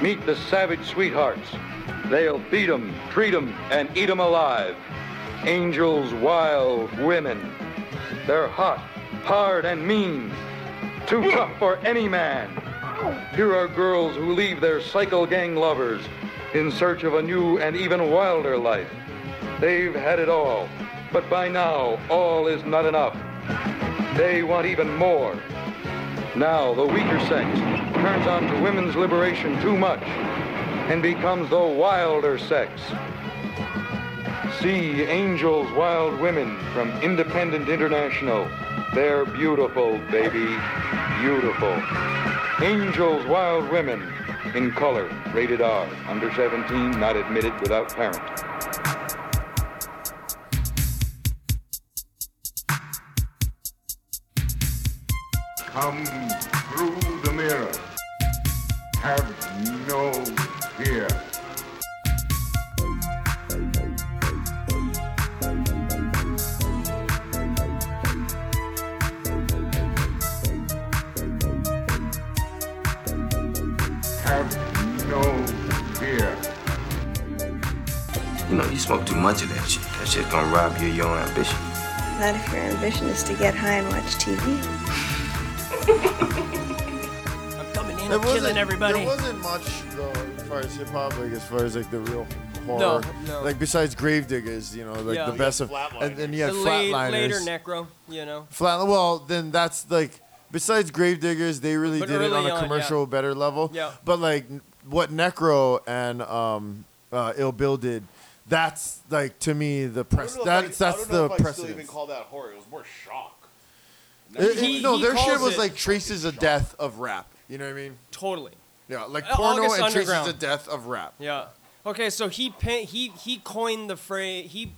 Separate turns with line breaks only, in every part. Meet the savage sweethearts. They'll beat 'em, treat 'em, and eat 'em alive. Angels, wild women. They're hot, hard, and mean. Too tough for any man. Here are girls who leave their cycle gang lovers in search of a new and even wilder life. They've had it all, but by now, all is not enough. They want even more. Now, the weaker sex turns on to women's liberation too much and becomes the wilder sex. See Angels Wild Women from Independent International. They're beautiful, baby. Beautiful. Angels Wild Women in color, rated R, under 17, not admitted without parent.
Come through the mirror. Have no fear. Have no fear.
You know, you smoke too much of that shit. That shit's gonna rob you of your ambition.
Not if your ambition is to get high and watch TV.
I'm coming in,
There
I'm killing
wasn't
everybody.
There wasn't much though, as far as hip hop, like as far as like the real
No,
horror,
no.
like besides Gravediggers, you know, like
Yeah.
the
You
best
had
of, and then you
The
had
late,
Flatliners.
later Necro, you know.
Flat. Well, then that's like besides Gravediggers, they really
But
did it on
early
a
on,
commercial better level.
Yeah.
But like n- what Necro and um, uh, Ill Bill did, that's like to me the press. That's that's the
Still even
precedent.
call that horror. It was more shock.
It- it-
He-
no,
he
their shit
calls
was
it-
like traces of death of rap. You know what I mean?
Totally.
Yeah, like
Uh,
porno
August
and traces
Underground.
of death of rap.
Yeah. Okay, so he pin- he he coined the phrase he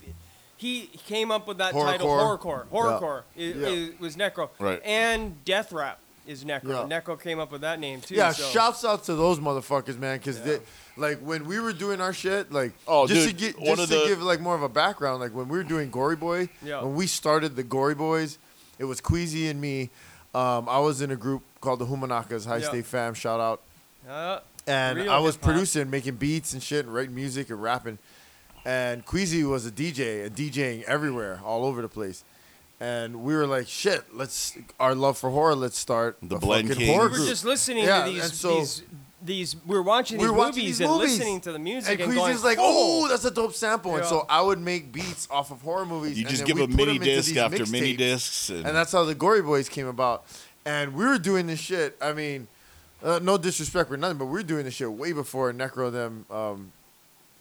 he came up with that title
Horrorcore.
horrorcore. Horrorcore i-
Yeah.
i- was Necro.
Right.
And death rap is Necro.
Yeah.
Necro came up with that name too.
Yeah,
so.
shouts out to those motherfuckers, man, because like when we were doing our shit, like
Oh,
just
dude,
to get
one
just
of
to
the-
give like more of a background, like when we were doing Gory Boy,
Yeah.
when we started the Gory Boys, it was Queasy and me. Um, I was in a group called the Humanakas High
Yeah.
State Fam. Shout out,
Uh,
and
Real
I was
hip-hop.
producing, making beats and shit, and writing music and rapping. And Queasy was a DJ and DJing everywhere, all over the place. And we were like, shit, let's our love for horror, let's start
The
a
Blend
fucking
Kings.
horror
we were
group."
just listening
Yeah,
to these,
and so-
these these we were watching
We
these
were watching
movies
these
and
movies.
listening to the music
and
and,
Queasy's
going
like, "Oh, that's a dope sample." And
Yeah.
so I would make beats off of horror movies.
You
and
just
then
give
we
a
put
mini
'em into
disc
these
after mini
mixtapes.
discs, and,
And that's how the Gory Boys came about. And we were doing this shit. I mean, uh, no disrespect or nothing, but we were doing this shit way before Necro them um,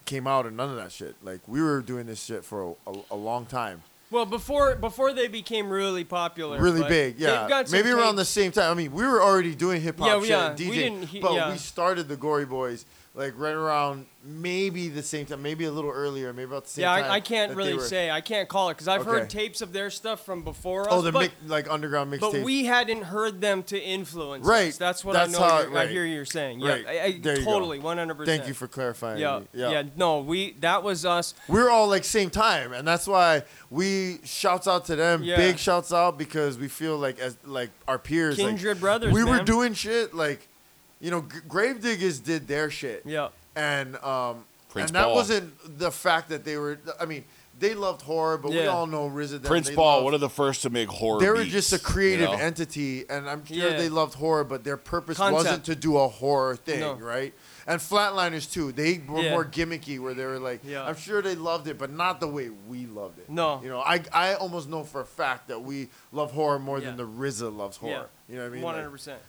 came out or none of that shit. Like we were doing this shit for a, a, a long time,
Well, before before they became really popular,
really
but
big. Yeah,
they've got some
maybe around the
tapes.
same time. I mean, we were already doing hip hop
Yeah,
shit
yeah,
and
we
DJ,
didn't he-
but
yeah.
we started the Gory Boys. Like right around maybe the same time, maybe a little earlier, maybe about the same
Yeah,
time.
I, I can't
that they
really
were-
say. I can't call it because I've heard
Okay.
tapes of their stuff from before
Oh,
us,
the
but,
mic- like underground mixtape.
but we hadn't heard them to influence.
Right,
us. that's what
that's
I know.
how-
you're-
right.
I hear you're saying.
Right,
Yeah, I, I,
there you go.
totally, one hundred percent.
Thank you for clarifying.
Yeah, yeah, No, we that was us.
We We're all like same time, and that's why we shouts out to them.
Yeah.
Big shouts out because we feel like as like our peers, like,
Kindred brothers,
We were
man.
doing shit like, you know, G- Gravediggers did their shit.
Yeah,
and um,
Prince
and that
Paul.
wasn't the fact that they were. I mean, they loved horror, but we
Yeah.
all know RZA. them,
Prince
they
Paul,
loved-
one of the first to make horror.
they were
beats,
just a creative
you know?
entity, and I'm sure
Yeah.
they loved horror, but their purpose
Concept.
wasn't to do a horror thing,
No.
right? And Flatliners too, they were
Yeah.
more gimmicky, where they were like,
Yeah.
I'm sure they loved it, but not the way we loved it.
No.
you know, I I almost know for a fact that we love horror more
Yeah.
than the RZA loves
Yeah.
horror. You know what I mean?
one
Like- um,
hundred percent.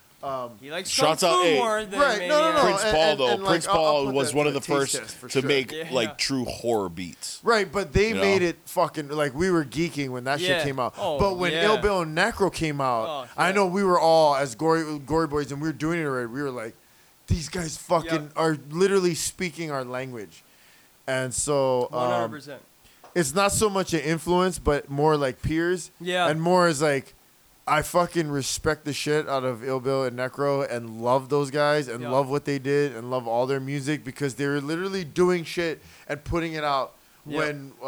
He likes
Shouts
kung
out,
fu
hey,
more than
right,
maybe,
no, no,
uh,
Prince
Oh, and-
Paul,
and-
though,
and, like,
Prince
I'll- I'll
Paul
put
was
that
one
to
of
a
the
taste
first
test for
to
sure.
make
Yeah.
like true horror beats.
Right, but they
You
made
know?
it fucking like we were geeking when that shit
Yeah.
came out.
Oh,
but when
yeah.
Ill Bill and Necro came out,
Oh,
I
yeah.
know we were all as gory gory boys and we were doing it already. We were like, these guys fucking
Yeah.
are literally speaking our language. And so
One hundred
um,
percent.
it's not so much an influence, but more like peers.
Yeah.
And more is like I fucking respect the shit out of Ill Bill and Necro and love those guys and
Yeah.
love what they did and love all their music because they were literally doing shit and putting it out
Yeah.
when uh,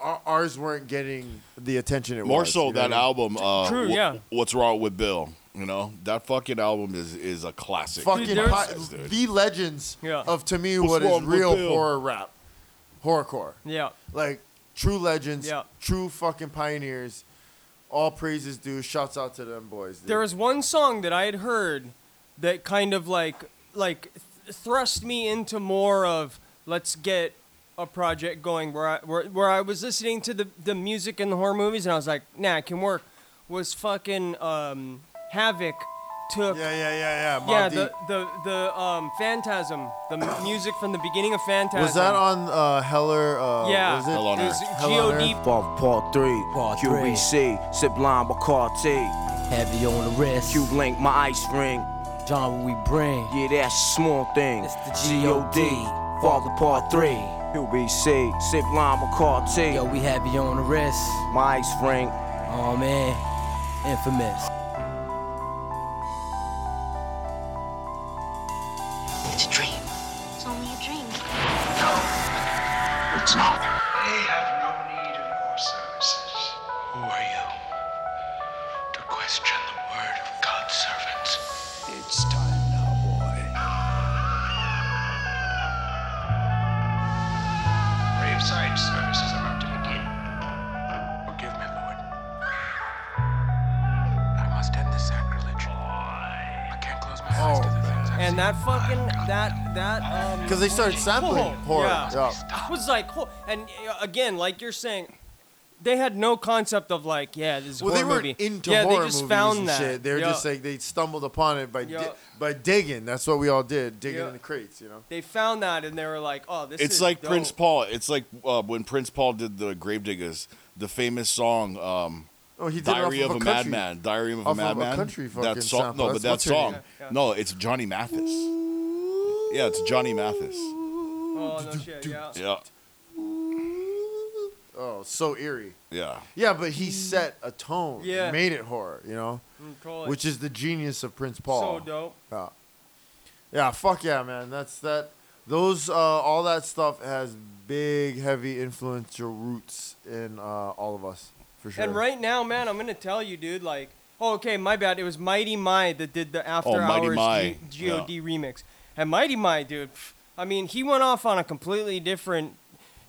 our- ours weren't getting the attention it
More
was.
so
you know
that
what I mean?
album. Uh,
True,
Wh-
yeah.
What's wrong with Bill? You know that fucking album is is a classic.
Fucking
there's-
pot,
Yes, dude.
the legends
Yeah.
of to me
What's
what is
wrong with
real
Bill?
horror rap, horrorcore.
Yeah.
Like true legends,
Yeah.
true fucking pioneers. All praises due. Shouts out to them boys. dude.
There was one song that I had heard that kind of like like th- thrust me into more of let's get a project going where I, where, where I was listening to the the music in the horror movies and I was like, nah, it can work. Was fucking um, Havoc took
yeah, yeah, yeah, yeah.
yeah
Mobb
the
Deep.
the the um, Phantasm the m- music from the beginning of Phantasm
was that on uh, Heller? Uh,
yeah
was it?
Hell on
it was
Earth.
Hell on
G.O.D.
Bump part three,
Part
QBC, Sublime Bacardi,
Heavy on the wrist.
Q Link, my ice ring.
John, what we bring.
Yeah, that's a small thing.
It's the G.O.D. Father Part 3.
QBC, Sublime
Yo,
Bacardi,
we heavy on the wrist.
my ice ring.
Oh man, infamous.
It's a dream. It's only a dream.
They have no need of your services. Who are you to question the word of God's servants? It's time now, boy. Graveside services are about to begin. Forgive me, Lord. I must end this sacrilege. I can't close my eyes
Oh,
to the things I've
and
seen.
that fucking that that um
Because they started sampling
Oh,
horror.
yeah.
Yeah.
was like, ho- and uh, again, like you're saying, they had no concept of like, yeah, this is
Well,
horror
they weren't
movie.
into
yeah,
horror
they just
movies
found
and
that.
shit. They were
Yeah.
just like they stumbled upon it by di-
Yeah.
by digging. That's what we all did, digging
Yeah.
in the crates, you know.
they found that, and they were like, oh, this.
It's
is
like
dope.
Prince Paul. It's like uh, when Prince Paul did the Gravediggers, the famous song um,
Oh, he did
"Diary
it off
of,
of,
a
country.
Madman." Diary of a
off of a
Madman.
country fucking
that song,
sample.
no,
That's
but that
what's her name.
song,
Yeah.
no, it's Johnny Mathis. Yeah, it's Johnny Mathis.
Oh no shit, yeah.
Yeah,
Oh, so eerie.
yeah.
Yeah, but he set a tone.
Mm. Yeah.
made it horror, you know,
Mm, totally.
which is the genius of Prince Paul.
so dope.
Yeah. Yeah, fuck yeah, man. That's that. Those uh, all that stuff has big, heavy influential roots in uh, all of us for sure.
And right now, man, I'm gonna tell you, dude. Like, oh, okay, my bad. It was Mighty Mai that did the After
Oh, Mighty
Hours
Mai.
G- God remix. And Mighty Mai, dude. pff, I mean, he went off on a completely different.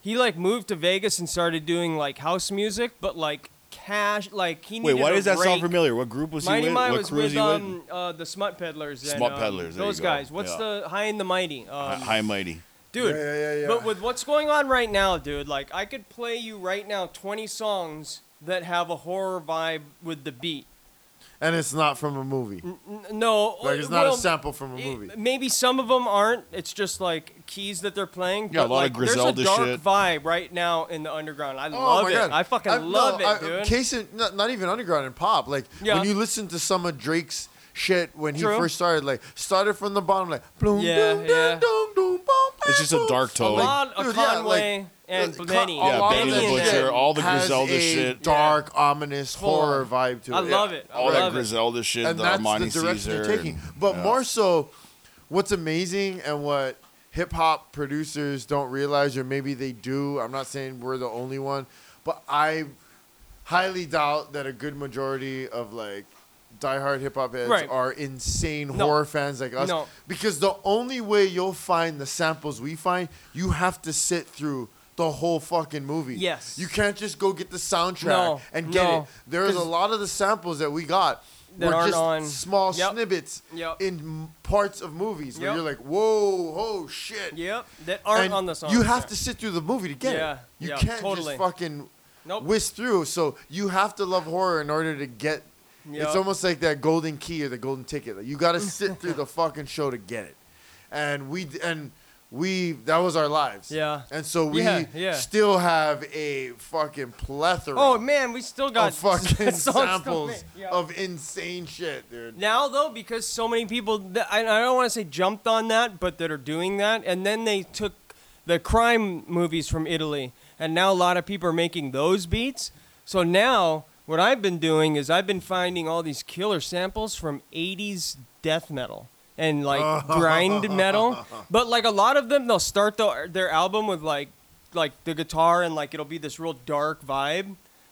He like moved to Vegas and started doing like house music, but like cash, like he
Wait,
needed
why
a
does that sound
break.
familiar? What group was
Mighty
he with?
Mai
what
was
crew
with
was he
um, uh, the Smut Peddlers. and,
Smut
um,
Peddlers, there you
those
go.
guys. What's
Yeah.
the High and the Mighty?
with?
Um,
Hi, Mighty.
dude.
Yeah, yeah, yeah, yeah.
But with what's going on right now, dude, like I could play you right now 20 songs that have a horror vibe with the beat.
and it's not from a movie.
N- No,
Like it's not
oh, well,
a sample from a
it-
movie.
Maybe some of them aren't. It's just like keys that they're playing.
Yeah, a
but,
lot
like,
of
There's
Griselda
a dark
shit.
vibe right now in the underground.
Oh
I love it. I fucking
I- no,
love it,
I-
dude.
Case in, not, not even underground and pop. Like
Yeah.
when you listen to some of Drake's shit when
True.
he first started, like started from the bottom, like bloom,
Yeah,
doom,
yeah.
doom, doom, boom, boom,
It's just a dark
a
tone.
lot of
dude, yeah, uh,
Conway and
Con-
Benny.
a
Yeah,
lot
Benny
of
the
that
Butcher,
shit
all the
has
Griselda
a
shit.
dark, ominous
Full
horror
on.
vibe to it.
I love it. I
All that
love it.
Griselda shit,
and
the
that's
Armani
the direction
Caesar.
they're taking.
and-
But
yeah.
more so, what's amazing and what hip hop producers don't realize, or maybe they do. I'm not saying we're the only one, but I highly doubt that a good majority of like diehard hip hop heads
Right.
are insane
No.
horror fans like us.
No.
Because the only way you'll find the samples we find, you have to sit through. The whole fucking movie.
Yes.
You can't just go get the soundtrack
No,
and get
no.
it. There's a
'Cause-
lot of the samples that we got
that
were
aren't
just
on-
small
Yep.
snippets
Yep.
in m- parts of movies where
Yep.
you're like, whoa, oh shit.
Yep, that aren't
And
on the song.
You have
yeah.
to sit through the movie to get
Yeah,
it. You
yeah,
can't
totally.
just fucking
Nope.
whisk through. So you have to love horror in order to get.
Yep.
It's almost like that golden key or the golden ticket. Like you got to sit through the fucking show to get it. And we d- and we that was our lives.
Yeah.
And so we
Yeah, yeah.
still have a fucking plethora.
Oh man, we still got
of fucking
songs to
samples
make. Yeah.
of insane shit, dude.
Now though, because so many people, that, I, I don't want to say jumped on that, but that are doing that, and then they took the crime movies from Italy, and now a lot of people are making those beats. So now, what I've been doing is I've been finding all these killer samples from '80s death metal and like grind metal, but like a lot of them, they'll start the, their album with like like the guitar and like it'll be this real dark vibe,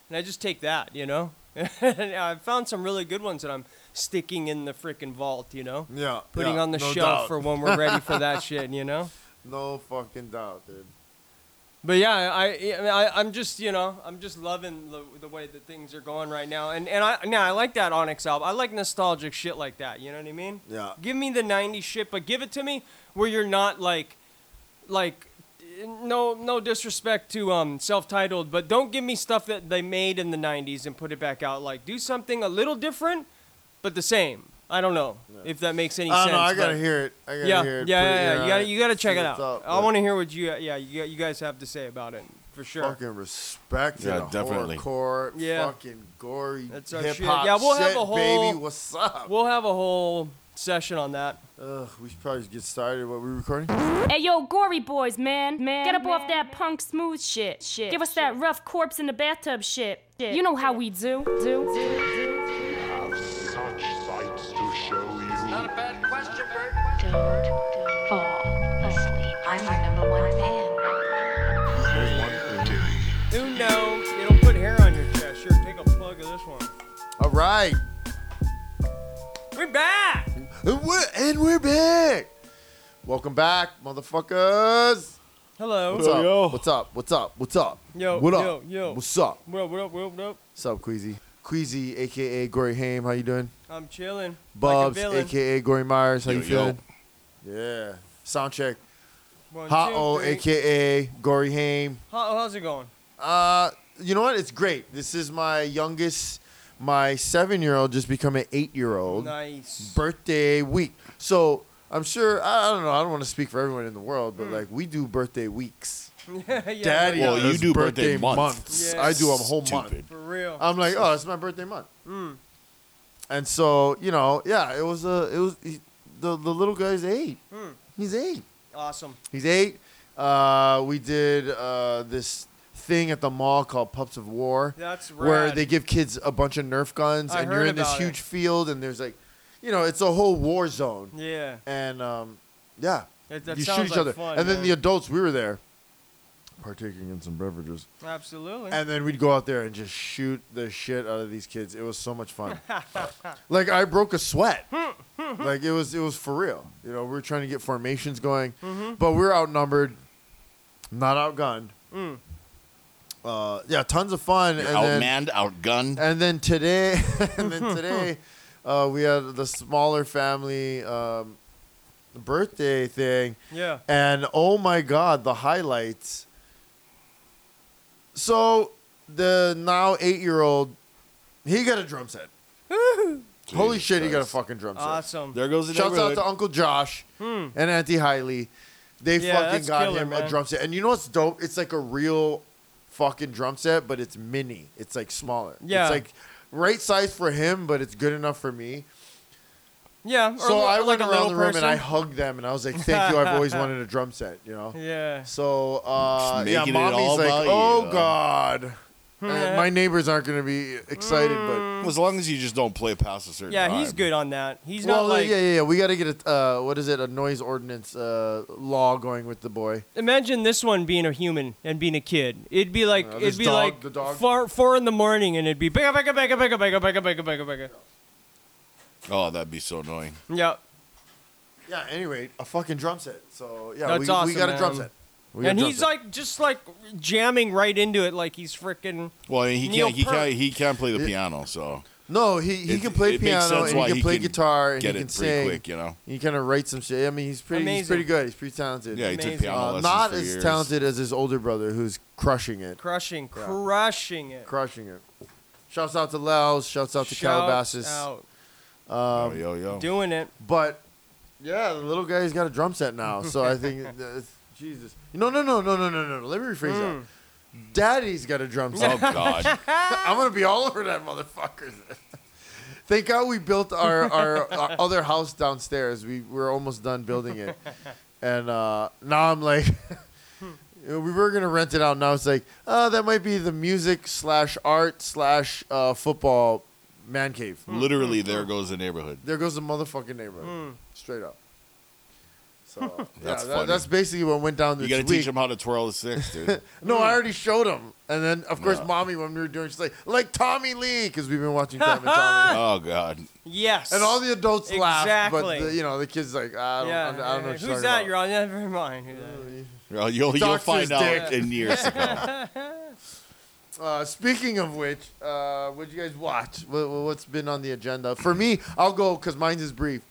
and I just take that, you know. and I found some really good ones that I'm sticking in the freaking vault, you know?
Yeah,
Putting
yeah,
on the
no
shelf
doubt.
for when we're ready for that shit, you know?
No fucking doubt, dude.
But yeah, I, I I- I'm just you know I'm just loving the, the way that things are going right now, and and I now I like that Onyx album. I like nostalgic shit like that. You know what I mean?
Yeah.
Give me the '90s shit, but give it to me where you're not like, like, no no disrespect to um self-titled, but don't give me stuff that they made in the '90s and put it back out. Like, do something a little different, but the same. I don't know if that makes any
I
sense.
don't know. I gotta
but-
hear it. I gotta
yeah,
hear it.
yeah,
put
yeah, yeah.
in,
You gotta,
uh,
you gotta check
see
it out.
what's up,
I
but
want to hear what you, yeah, you, you guys have to say about it for sure.
Fucking respect
Yeah,
yeah, and
definitely.
definitely. hardcore,
Yeah.
fucking gory
That's our
hip
shit.
hop.
Yeah, we'll have
shit,
a whole-
baby. What's up?
We'll have a whole session on that.
Ugh, we should probably just get started. What we recording?
Hey yo, gory boys, man, man, get up off that punk smooth shit, shit. Give us that rough corpse in the bathtub shit. You know how we do, do, do.
Such sights to show you.
Not a bad question, Bert.
I'm your number one fan.
Who knows? It'll put hair on your chest. Sure, take a plug of this one.
All right,
We're back.
and we're, and we're back. Welcome back, motherfuckers.
Hello.
What's up? What's up? What's up? What's up?
Yo,
what up?
yo, yo.
What's up?
What up? What up? What up? What up?
What's up, Queasy? Queasy, aka Gory Haim, how you doing?
I'm chilling.
Bubs,
like a villain.
aka Gory Myers, how
Yo,
you
yo.
feeling? Yeah. Sound check.
One, two,
Ha oh,
three.
aka Gory Haim.
How, how's it going?
Uh, you know what? It's great. This is my youngest, my seven-year-old just become an eight-year-old.
Nice.
Birthday week. So I'm sure. I, I don't know. I don't want to speak for everyone in the world, but like we do birthday weeks.
yeah, Hmm. yeah, uh,
Daddy, oh,
Well, you
does
do birthday month.
months.
Yeah.
I do a whole month.
Stupid.
For real.
I'm like, oh, it's my birthday month.
Mm.
And so you know, yeah, it was a, it was he- the the little guy's eight.
Mm.
He's eight.
Awesome.
He's eight. Uh, we did uh, this thing at the mall called Pups of War,
That's rad.
where they give kids a bunch of Nerf guns,
I
and you're
heard
in this
about it.
huge field, and there's like, you know, it's a whole war zone,
Yeah.
and um, yeah,
That, that
you
sounds
shoot each
like
other,
fun.
and then
man.
the adults, we were there, partaking in some beverages,
Absolutely.
and then we'd go out there and just shoot the shit out of these kids. It was so much fun. like I broke a sweat. like it was it was for real. You know, we were trying to get formations going, but we were outnumbered, not outgunned.
Mm.
Uh, yeah, tons of fun.
You're
and then,
outmanned, outgunned.
and then today, and then today, uh, we had the smaller family um, birthday thing,
yeah.
and oh my god, the highlights. So the now eight-year-old, he got a drum set. Holy
Jesus
shit, he got a
Christ.
fucking drum set.
Awesome. Hmm.
There goes the
Shouts out
neighborhood.
to Uncle Josh and Auntie Hiley. They
Yeah,
fucking
that's
got
killer,
him
man.
a drum set. And you know what's dope? It's like a real fucking drum set, but it's mini. It's like smaller.
Yeah.
It's like right size for him, but it's good enough for me.
Yeah. or
so
li-
I
like
went
a
around
little
the room
person.
and I hugged them and I was like, thank you. I've always wanted a drum set, you know?
Yeah.
So uh,
Just
yeah,
making it all
mommy's like,
about
oh
you."
god.
Hmm.
And my neighbors aren't going to be excited, but
As long as you just don't play past a certain.
Yeah,
time.
he's good on that. He's
well,
not like
yeah, yeah, yeah. We got to get a uh, what is it? A noise ordinance uh, law going with the boy.
imagine this one being a human and being a kid. It'd be like
Uh, this
it'd be
dog-
like
the dog-
four four in the morning, and it'd be bigger, bigger, bigger, bigger, bigger, bigger, bigger, bigger, bigger.
Oh, that'd be so annoying.
Yeah,
Yeah. Anyway, a fucking drum set. So yeah,
That's
we, we
awesome,
got a drum
man.
set. We got
and
a drum
he's
set.
like just like jamming right into it, like he's freaking.
Well, he
Neil
can't. He
Peart.
can't. He can't play the piano. So
no, he he
it-
can play
it
piano
makes sense
and
why
he can
he
play
can
guitar and
get
he
it
can
pretty
sing.
quick. You know.
He kind of write some shit. I mean, he's pretty he's
Amazing.
pretty good. He's pretty talented.
Yeah, he
Amazing.
took piano
Uh,
lessons
not
for
as
years.
talented as his older brother, who's crushing it,
Crushing, crushing it.
crushing it. Shouts out to Laos. Shouts out to
Shout
Calabasas.
out.
Oh, yo, yo.
doing it.
But yeah, the little guy's got a drum set now, so I think that's- Jesus. No, no, no, no, no, no, no. no. Let me rephrase
Hmm.
that. Daddy's got a drum
Oh
set.
God.
I'm gonna be all over that motherfucker. Thank God we built our, our, our other house downstairs. We were almost done building it, and uh, now I'm like, we were gonna rent it out. Now it's like, uh, that might be the music slash art slash uh, football man cave.
Literally, there goes the neighborhood.
There goes the motherfucking neighborhood. Straight up. So that's
That's funny.
that's basically what went down
You
this
got to
week.
teach him how to twirl a six, dude.
no, I already showed him, and then of course,
Hmm. No.
mommy when we were doing, she's like, like Tommy Lee, because we've been watching Tom and Tommy.
oh God.
Yes.
And all the adults laugh,
Exactly.
but the, you know the kids like I don't,
yeah,
I don't, I don't know. What
Who's
you're talking
that?
about.
You're on. Never mind. Who that is.
Well, you'll you'll
Doctor's
find out
dick.
in years to come.
Uh, speaking of which, uh, what'd you guys watch? What, what- what's been on the agenda? For me, I'll go because mine's is brief.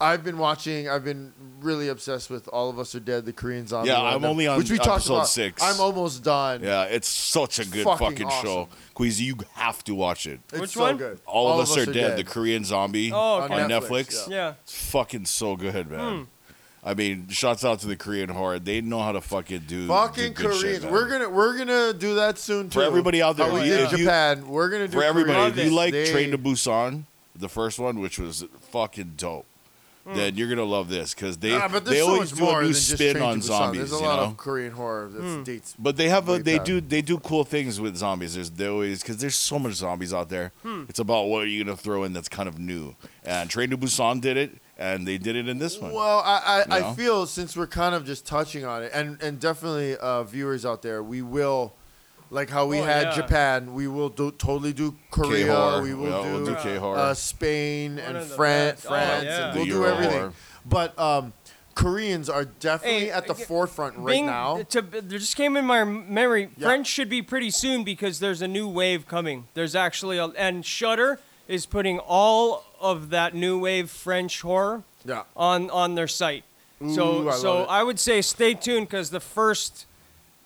I've been watching. I've been really obsessed with All of Us Are Dead, the Korean zombie.
Yeah,
one,
I'm only on
which we talked
episode
about.
six.
I'm almost done.
Yeah, it's such a good
Fucking
fucking, show. Queasy, you have to watch it.
It's
Which
so
one?
good.
All, of us, are, dead, The Korean zombie
Oh, Hmm. okay.
on
On
Netflix.
Netflix,
Yeah.
It's fucking so good, man. I mean, shouts out to the Korean horror. They know how to fucking do
Fucking
do good shit,
Koreans.
man.
we're gonna we're gonna do that soon too.
For everybody out there,
How we
if you-
did
if you-
Japan. we're gonna do
for everybody. If
Koreans.
you like
They-
Train to Busan, the first one, which was fucking dope, then you're gonna love this because they
Ah, Hmm. but there's
they
so
always
much
do
more
a new
than just
spin
Train to
on
Busan.
zombies.
There's a
you
lot
know?
of Korean horror that dates.
But they have a,
Way
they
back.
do they do cool things with zombies. There's they always because there's so much zombies out there.
Hmm.
It's about what are you gonna throw in that's kind of new. And Train to Busan did it, and they did it in this one.
Well, I I,
You know?
I feel since we're kind of just touching on it, and and definitely uh, viewers out there, we will, like how we
Oh,
had
yeah.
Japan, we will do totally do Korea,
K-horror.
we will
Yeah, we'll
do,
do K-horror.
uh, Spain and
of the
Fran-
best. Oh,
France,
yeah.
and
The
we'll do
Euro
everything.
horror.
But um, Koreans are definitely
Hey,
at the
I-
forefront right
Bing-
now.
To, there just came in my memory.
Yeah.
French should be pretty soon because there's a new wave coming. There's actually a, and Shutter is putting all of that new wave French horror
Yeah.
on on their site. so
Ooh, I
so
love it.
I would say stay tuned because the first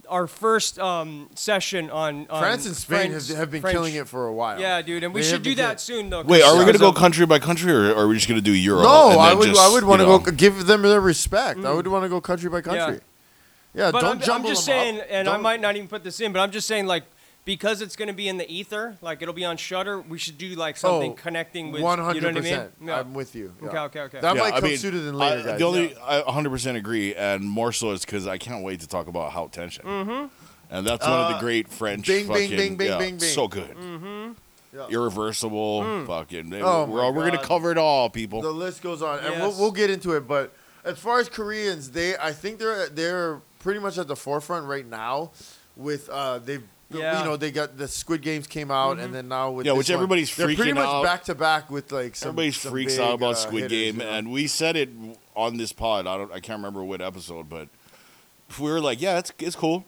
our first um, session on, on
France and Spain
French-
have, have been
French-
killing it for a while.
Yeah, dude, and we
They
should
have
do
been
that
killing-
soon though. 'cause
Wait, are we gonna
there's
go
a-
country by country, or are we just gonna do Euro?
No,
and
I
then
would
just,
I would
you
want to go
know?
g- give them their respect. I would want to go country by country. Yeah,
Mm. But
don't
I'm,
jumble
I'm just
them up.
saying, and I
Don't-
might not even put this in, but I'm just saying, like, because it's going to be in the ether, like it'll be on Shutter. We should do like something
Oh,
connecting with.
One
You know
hundred
what I mean?
percent.
Yeah.
I'm with you. yeah.
Okay, okay, okay.
That
Yeah,
might
I
come
mean,
sooner than later,
I,
guys.
The only I 100 percent agree, and more so is because I can't wait to talk about Hout Tension. Mm-hmm. And that's one of the great French.
Uh, Bing,
fucking,
Bing, Bing, Bing,
yeah,
Bing, Bing.
So good.
Yeah.
Irreversible. Fucking. they-
Oh
we're
my
all- we're gonna
God.
cover it all, people.
the list goes on, and
Yes.
we'll, we'll get into it. But as far as Koreans, they I think they're they're pretty much at the forefront right now. With uh, they've
Yeah. Mm-hmm.
you know they got the Squid Games came out, and then now with
Yeah,
this
which
one,
everybody's
they're pretty
freaking
much
out.
back to back with like some,
Everybody
some
freaks
big,
out about
uh,
Squid
hitters,
Game,
you know?
and we said it on this pod. I don't. I can't remember what episode, but we were like, yeah, it's it's cool,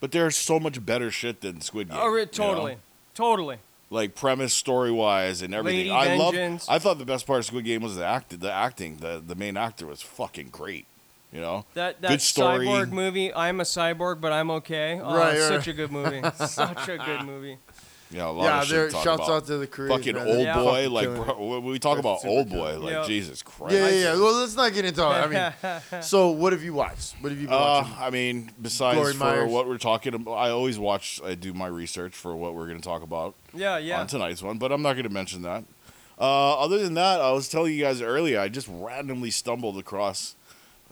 but there's so much better shit than Squid Game.
Oh,
you
re-
know?
totally, totally.
like premise story wise and everything.
Lady
I love.
Vengeance.
I thought the best part of Squid Game was the act, the acting. The the main actor was fucking great. You know,
That that
good story.
cyborg movie. I'm a cyborg, but I'm okay. Oh,
Right, right.
such a good movie. such a good movie.
Yeah, a lot
yeah,
of shit
there.
to talk
Shouts
about.
out to the Koreans.
fucking
man.
old
They're
boy.
fucking
Like
killing
bro,
it.
when we talk about
super
old
good.
boy. Like
Yeah.
Jesus Christ.
Yeah, yeah, yeah. Well, let's not get into it. I mean, so what have you watched? What have you been
Uh,
watching?
I mean, besides
Glory
for
Myers.
what we're talking about, I always watch. I do my research for what we're going to talk about
Yeah, yeah.
on tonight's one, but I'm not going to mention that. Uh, other than that, I was telling you guys earlier, I just randomly stumbled across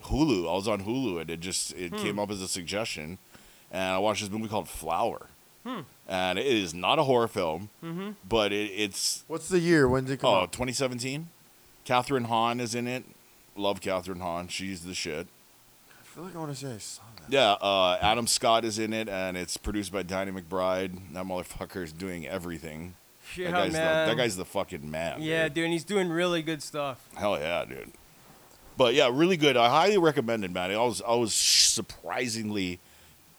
Hulu. I was on Hulu, and it just it
Hmm.
came up as a suggestion, and I watched this movie called Flower,
Hmm.
and it is not a horror film,
Mm-hmm.
but it, it's
What's the year? When did it come
oh
out?
2017. Catherine Hahn is in it. Love Catherine Hahn. She's the shit.
I feel like I want to say I saw that.
Yeah, uh, Adam Scott is in it, and it's produced by Danny McBride. That motherfucker is doing everything.
Yeah,
that, guy's
man.
The, that guy's the fucking man.
yeah,
dude.
dude, and he's doing really good stuff.
Hell yeah, dude. But yeah, really good. I highly recommend it, man. I was I was surprisingly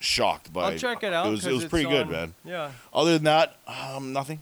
shocked by.
I'll check it out.
Oh, It was it
'cause
was
it's
pretty good,
on-
man.
Yeah.
Other than that, um, nothing.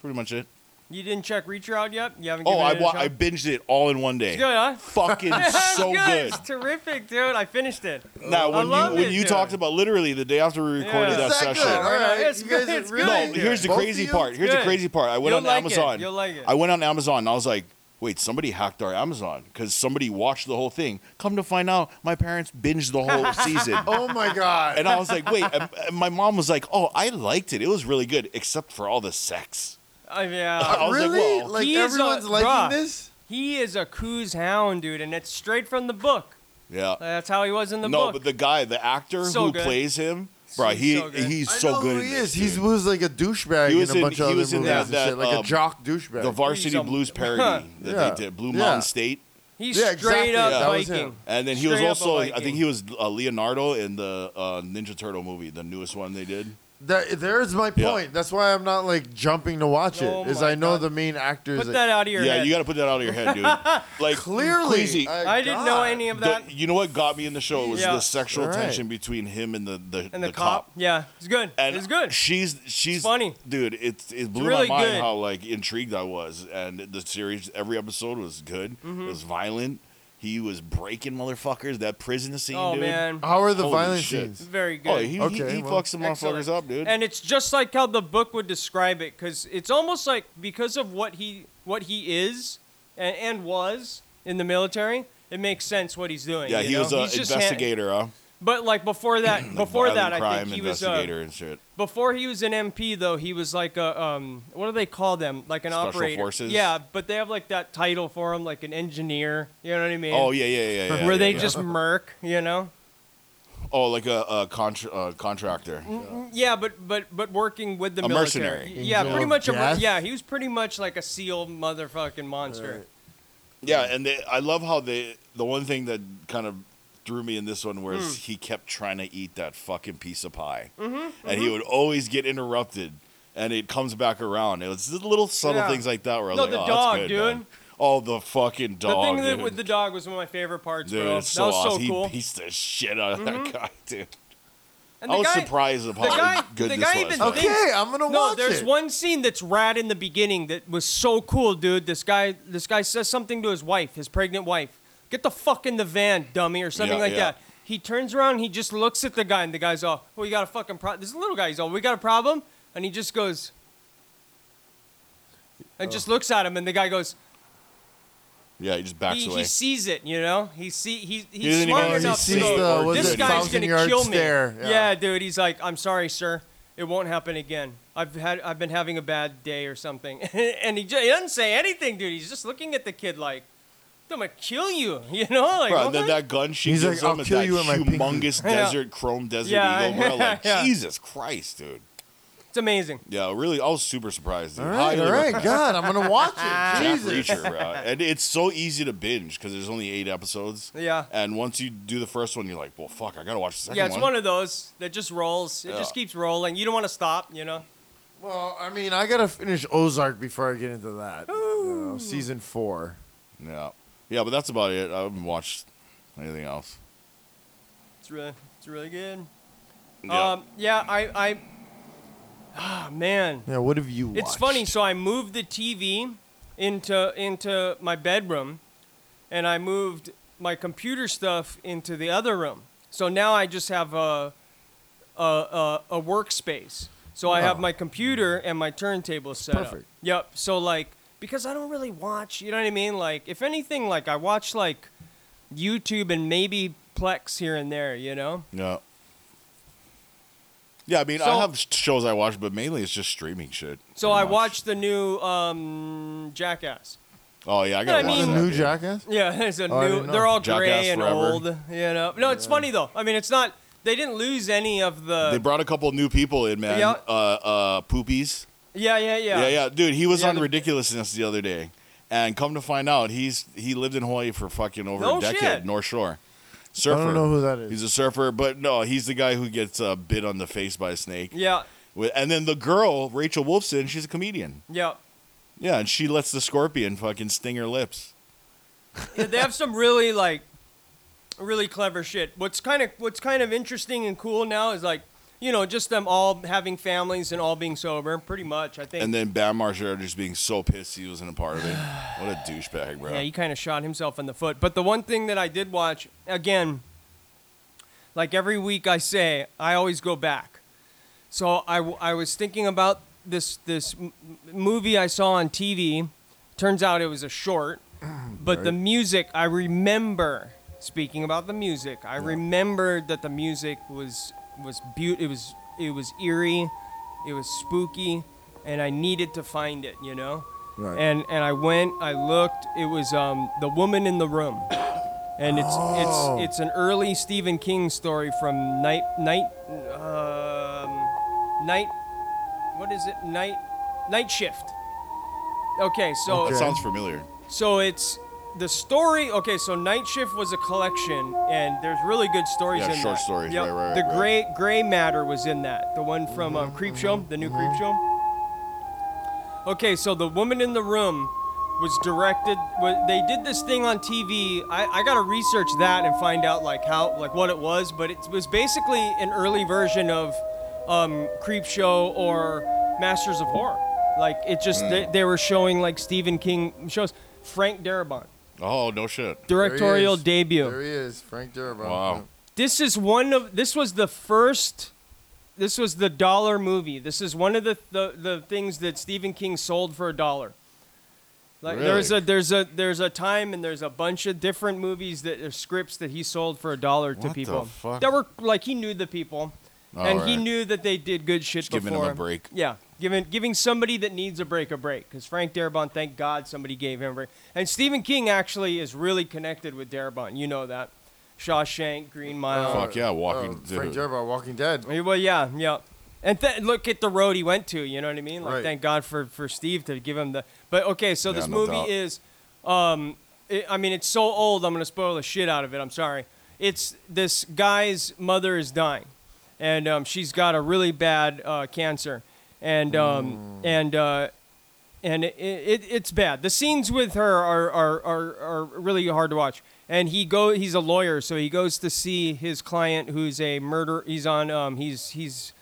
Pretty much it.
You didn't check Reacher out yet? You haven't.
Oh,
given
I
it a
wa-
shot?
I binged it all in one day.
It's good, huh?
Fucking
It's
so good.
It's terrific, dude. I finished it.
Now
I
when
love
you when
it,
you
dude.
talked about literally the day after we recorded
Yeah.
that
Is
that
session.
good? All right,
It's
you guys
good.
are
It's
really-
good.
No, here's the
Both of
crazy
you?
part. Here's
Good.
the crazy part. I went
You'll
on
like it.
Amazon.
You'll like it.
I went on Amazon and I was like, wait, somebody hacked our Amazon because somebody watched the whole thing. Come to find out, my parents binged the whole season.
Oh my god!
And I was like, wait. And and my mom was like, oh, I liked it. It was really good, except for all the sex.
Uh,
I
yeah.
was like,
really?
whoa.
Like,
He is a-
everyone's liking
bruh.
this?
he is a coos hound, dude, and it's straight from the book.
Yeah.
That's how he was in the
no,
book.
but the guy, the actor
So
who
good.
plays him, bro,
He's
he
so good.
he's
I
so
know
good.
Who
in
he
this,
is. He's
dude.
was like a douchebag
He was
in a
in-
bunch
he
of other movies
was in that-
and shit,
that,
like
um,
a jock douchebag.
the Varsity
some-
Blues parody that
Yeah.
they did, Blue
Yeah.
Mountain State.
He's straight up Viking.
And then he was
Straight up a
also, I
Viking.
think he was uh, Leonardo in the uh, Ninja Turtle movie, the newest one they did.
That, there's my
Yeah.
point. That's why I'm not like jumping to watch
Oh
it. Is
my
I know the main actors.
Put
that-
that out of your Yeah, head. you gotta put that out of your head, dude. Like
Clearly,
Queasy.
I didn't know any of
The-
that.
you know what got me in the show was
Yeah.
the sexual
Right.
tension between him and the the,
and the, cop. Yeah, it's good.
And
it's good.
She's she's
funny.
dude. It it blew
really
my mind
good.
how like intrigued I was, and the series every episode was good. It
Mhm.
was violent. He was breaking motherfuckers. That prison scene,
Oh,
dude.
man. How
are the violent scenes?
Very good.
Oh, he, he, he fucks the motherfuckers
Excellent.
up, dude.
And it's just like how the book would describe it, because it's almost like because of what he what he is and, and was in the military, it makes sense what he's doing.
yeah,
you
he
know?
was an
He's just hand-
investigator, huh?
but like before that, before
Violent
that, I
crime
think he was
investigator
uh,
and shit.
before he was an MP though. He was like a um, what do they call them? Like an
Special
operator.
forces?
Yeah, but they have like that title for him, like an engineer. You know what I mean?
Oh, yeah, yeah, yeah, yeah,
Where
yeah,
they
yeah.
just merc, you know?
Oh, like a, a contra- uh, contractor.
Mm, Yeah, but but but working with the
A
military.
mercenary.
Yeah,
Angel
pretty
of
much. A, mer-
death?
yeah, he was pretty much like a seal motherfucking monster.
Yeah, and they, I love how they. The one thing that kind of threw me in this one was
Mm.
he kept trying to eat that fucking piece of pie,
Mhm,
and he
mhm.
would always get interrupted, and it comes back around. It was just little subtle
Yeah.
things like that where I was
No,
like,
the
oh,
dog,
that's good,
dude.
man." Oh, the fucking
The
dog.
thing that,
dude.
with the dog was one of my favorite parts,
Dude,
bro.
it's so
that was
awesome.
so cool.
He beats the shit out of
Mhm.
that guy, dude.
And
I
the
was
guy-
surprised of
the
how
guy-
good
the
this
guy
was.
even
man.
thinks- No, there's one scene that's rad in the beginning that was so cool, dude. This guy, this guy says something to his wife, his pregnant wife. Get the fuck in the van, dummy, or something
Yeah,
like
yeah.
that. He turns around, he just looks at the guy, and the guy's all, "Well, you got a fucking problem." This is a little guy. He's all, "We got a problem," and he just goes, and just looks at him, and the guy goes,
Yeah, he just backs
he,
away.
he sees it, you know. He see he,
He
he's
doesn't
smart
even-
enough
He
to
sees
go,
the- was
this
it
guy's gonna
1,000-yard
kill me.
stare, yeah.
dude. He's like, I'm sorry, sir. It won't happen again. I've had I've been having a bad day or something. and he, ju- he doesn't say anything, dude. He's just looking at the kid like, I'm gonna kill you, you know? Like,
Bro,
what?
and then that gun she
He's
gives
like,
him
"I'll
is
kill
that
you in my pinky."
humongous
Yeah.
desert chrome desert
Yeah,
eagle. Bro, like,
yeah.
Jesus Christ, dude.
it's amazing.
Yeah, really, I was super surprised. Dude.
All right,
Highly
all right,
recommend.
God, I'm gonna watch
Jack
it. Jesus.
Reacher, bro. and it's so easy to binge because there's only eight episodes.
Yeah.
and once you do the first one, you're like, well, fuck, I gotta watch the second
yeah, it's
one.
one. of those that just rolls. It
Yeah.
just keeps rolling. You don't want to stop, you know.
Well, I mean, I gotta finish Ozark before I get into that. You know, season four.
yeah, yeah, but that's about it. I haven't watched anything else.
It's really, it's really good.
Yeah.
Um, yeah, I, I, ah, man.
Yeah, what have you?
It's funny. So I moved the TV into into my bedroom, and I moved my computer stuff into the other room. So now I just have a a a, a workspace. So I have
Wow.
my computer and my turntable set up.
perfect.
Yep. So like because I don't really watch, you know what I mean? Like if anything, like I watch like YouTube and maybe Plex here and there, you know.
Yeah. Yeah, I mean,
So-
I have sh- shows I watch, but mainly it's just streaming shit.
So I watched the new um, Jackass.
Oh yeah, I gotta
I
watch
mean-
that,
New
dude.
Jackass?
Yeah, it's a
Oh, I
new.
didn't know.
They're all
Jackass
gray and
Forever.
old. You know. No, it's funny though. I mean, it's not. They didn't lose any of the.
They brought a couple new people in, man.
Uh, Yeah.
Uh, uh, poopies.
yeah, yeah, yeah.
yeah, Dude, he was
Yeah,
on
the-
ridiculousness the other day, and come to find out, he's he lived in Hawaii for fucking over
No
a decade,
shit.
North Shore. Surfer.
know who that is.
He's a surfer, but no, he's the guy who gets uh, bit on the face by a snake.
Yeah.
With- And then the girl, Rachel Wolfson, she's a comedian.
Yeah.
Yeah, and she lets the scorpion fucking sting her lips.
Yeah, They have some really like, really clever shit. What's kind of what's kind of interesting and cool now is like, you know, just them all having families and all being sober, pretty much. I think.
And then Bam Margera just being so pissed he wasn't a part of it. What a douchebag, bro.
Yeah, he kind of shot himself in the foot. But the one thing that I did watch, again, like every week I say, I always go back. So I, w- I was thinking about this this m- m- movie I saw on TV. Turns out it was a short, but the
Right.
music I remember. Speaking about the music, I remembered that the music was was beaut. It was it was eerie, it was spooky, and I needed to find it. You know.
Right.
And and I went, I looked. It was um, the woman in the room, and it's
Oh.
it's it's an early Stephen King story from night night um, night. What is it? Night night shift. Okay, so
That sounds familiar.
so it's the story. Okay, so Night Shift was a collection, and there's really good stories
Yeah,
in
short
that.
stories,
Yep.
right, right,
The
right. Mm-hmm,
gray gray matter was in that. The one from um, Creepshow, the new Creepshow. Okay, so the woman in the room was directed. wa- They did this thing on TV. I, I gotta research that and find out like how like what it was, but it was basically an early version of um, Creepshow or Masters of Horror. Like it just
Mm.
they, they were showing like Stephen King shows. Frank Darabont.
Oh no shit.
Directorial
There he is.
debut.
There he is, Frank Darabont.
Wow.
This is one of this was the first this was the dollar movie. This is one of the the, the things that Stephen King sold for a dollar. Like there's a
Really?
there's a there's a time and there's a bunch of different movies that are scripts that he sold for a dollar to
What the
people.
fuck?
That were like he knew the people.
All
and he
right.
knew that they did good shit
Just giving
before
him a
him.
break.
Yeah, giving giving somebody that needs a break a break. Because Frank Darabont, thank God, somebody gave him a break. And Stephen King actually is really connected with Darabont. You know that. Shawshank, Green Mile.
Fuck yeah, Walking
Oh, Frank
Dead.
Darabont, Walking Dead.
Yeah, Well, yeah, yeah. And th- look at the road he went to. You know what I mean? Like,
Right.
thank God for for Steve to give him the. But okay, so
Yeah,
this
no
movie
doubt.
is, um, it, I mean, it's so old. I'm gonna spoil the shit out of it. I'm sorry. It's this guy's mother is dying, and um, she's got a really bad uh, cancer, and um,
Mm.
and uh, and it, it, it's bad. The scenes with her are, are, are, are really hard to watch. And he go he's a lawyer, so he goes to see his client who's a murder. He's on um he's he's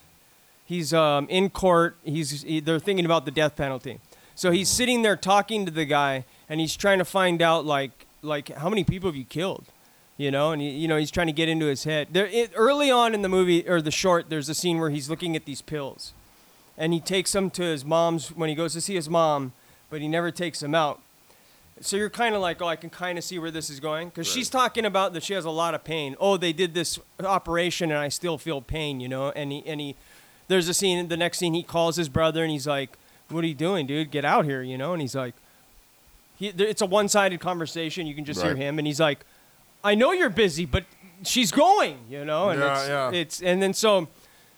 he's um in court. He's he, they're thinking about the death penalty. So he's sitting there talking to the guy, and he's trying to find out like like how many people have you killed, you know? And he, you know he's trying to get into his head. There it, early on in the movie or the short, there's a scene where he's looking at these pills and he takes them to his mom's when he goes to see his mom, but he never takes them out. So you're kind of like, oh, I can kind of see where this is going because she's talking about that she has a lot of pain. Oh, they did this operation and I still feel pain, you know. And he and he, there's a scene. The next scene, he calls his brother and he's like, "What are you doing, dude? Get out here," you know. And he's like, he, there- it's a one-sided conversation. You can just hear
Right.
him, and he's like, "I know you're busy, but she's going," you know. And
Yeah,
it's,
yeah.
it's and then so,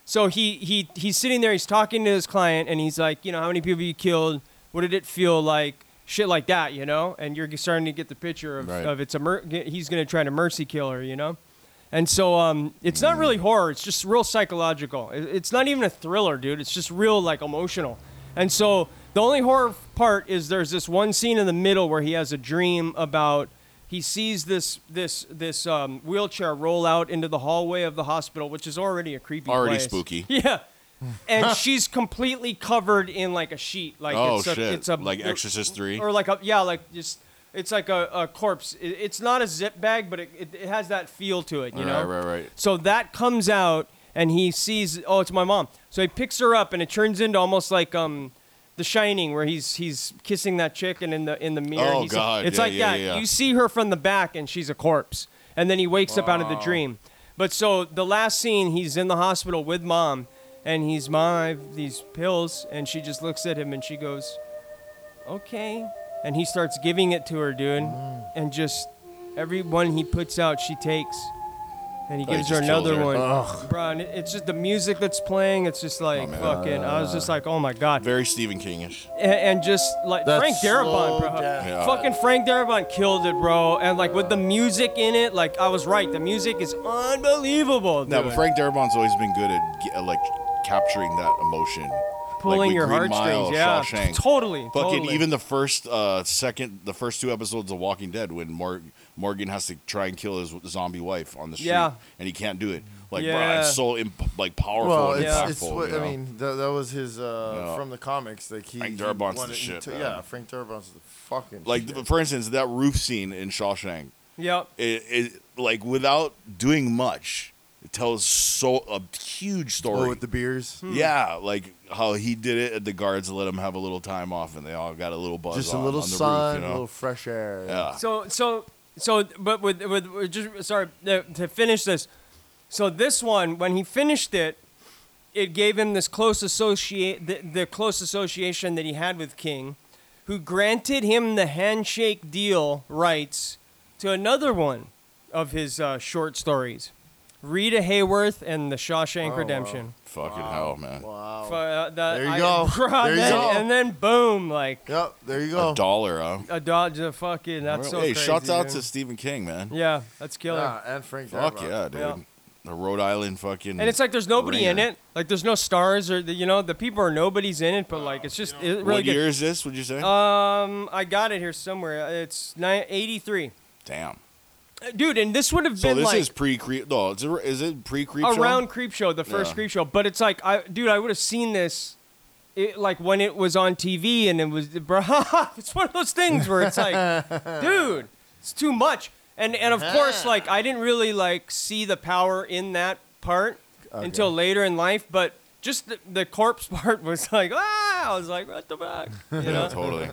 so he he he's sitting there. He's talking to his client, and he's like, you know, how many people you killed? What did it feel like? Shit like that, you know. And you're starting to get the picture of
Right.
of it's a mer- he's gonna try to mercy kill her, you know. And so um, it's not really horror. It's just real psychological. It- It's not even a thriller, dude. It's just real like emotional. And so the only horror f- part is there's this one scene in the middle where he has a dream about he sees this this this um, wheelchair roll out into the hallway of the hospital, which is already a creepy
Already
place.
spooky.
Yeah. And she's completely covered in like a sheet, like
oh
it's a,
shit.
it's a
like Exorcist Three.
or like a yeah, like just it's like a, a corpse. It, it's not a zip bag, but it, it, it has that feel to it, you
Right,
know.
right, right.
So that comes out, and he sees, oh, it's my mom. So he picks her up, and it turns into almost like um, The Shining, where he's he's kissing that chick, and in the in the mirror,
Oh,
he's
God,
it's
yeah,
like
yeah,
that.
yeah.
You see her from the back, and she's a corpse, and then he wakes up out of the dream. But so the last scene, he's in the hospital with mom, and he's mom, I have these pills, and she just looks at him, and she goes, okay. And he starts giving it to her, dude.
Mm.
And just every one he puts out, she takes. And he
Oh, he
gives her
just killed
another
her.
one.
Ugh.
Bro, and it- it's just the music that's playing. It's just like
Oh, man.
fucking. I was just like, oh my God.
Very Stephen Kingish.
A- And, just like
That
Frank Darabont,
slow
bro.
death.
Yeah.
Fucking Frank Darabont killed it, bro. And like with the music in it, like I was right. The music is unbelievable.
No,
dude.
but Frank Darabont's always been good at ge- like capturing that emotion.
Pulling
like with
your
Green
heartstrings,
Mile,
yeah.
Shawshank.
Totally,
Fucking
totally.
even the first, uh, second, the first two episodes of Walking Dead when Mor- Morgan has to try and kill his zombie wife on the street,
Yeah.
and he can't do it. Like,
Yeah.
bro, it's so imp- like powerful
Well,
and
it's,
Yeah.
impactful.
it's what,
you know?
I mean, that, that was his uh,
Yeah.
from the comics. Like he,
Frank
he
Darabont's the
he
shit,
took-
man.
yeah, Frank Darabont's the fucking
like
shit.
th- for instance, that roof scene in Shawshank.
Yep.
It, it like without doing much, it tells so a huge
Oh,
story.
with the beers,
Yeah, like how he did it. and The guards let him have a little time off, and they all got a little buzz.
just a
on-
little
on the
sun,
Roof, you
a
know?
little fresh air.
Yeah.
So so so, but with with, with just sorry uh, to finish this. So this one, when he finished it, it gave him this close associate the, the close association that he had with King, who granted him the handshake deal rights to another one of his uh, short stories, Rita Hayworth and The Shawshank Redemption.
Fucking hell, man.
Fu- uh, the-
Oh, There you
I-
go.
bruh,
There you
then-
go.
And then boom, like.
Yep, there you
A dollar, huh?
A dodge the fucking. That's so
hey,
crazy.
shouts out
dude.
to Stephen King, man.
Yeah, that's killer.
Yeah, Ah, and Frank
Fuck yeah, dude. The Rhode Island fucking.
And it's like there's nobody in
ringer.
it. Like there's no stars or the, you know the people are nobody's in it. But like it's just it really
what
good.
year is this? Would you say?
Um, I got it here somewhere. It's ni- 83.
Damn.
Uh, Dude, and this would have
So
been
this
like
is pre creep. No, is it, is it pre creep?
around Creep Show, the first
Yeah.
Creep Show. But it's like, I dude, I would have seen this, it, like when it was on TV, and it was, bro, it's one of those things where it's like, dude, it's too much. And and of course, like I didn't really like see the power in that part until later in life, but just the, the corpse part was like, ah, I was like, what the fuck, you
Yeah,
know?
totally.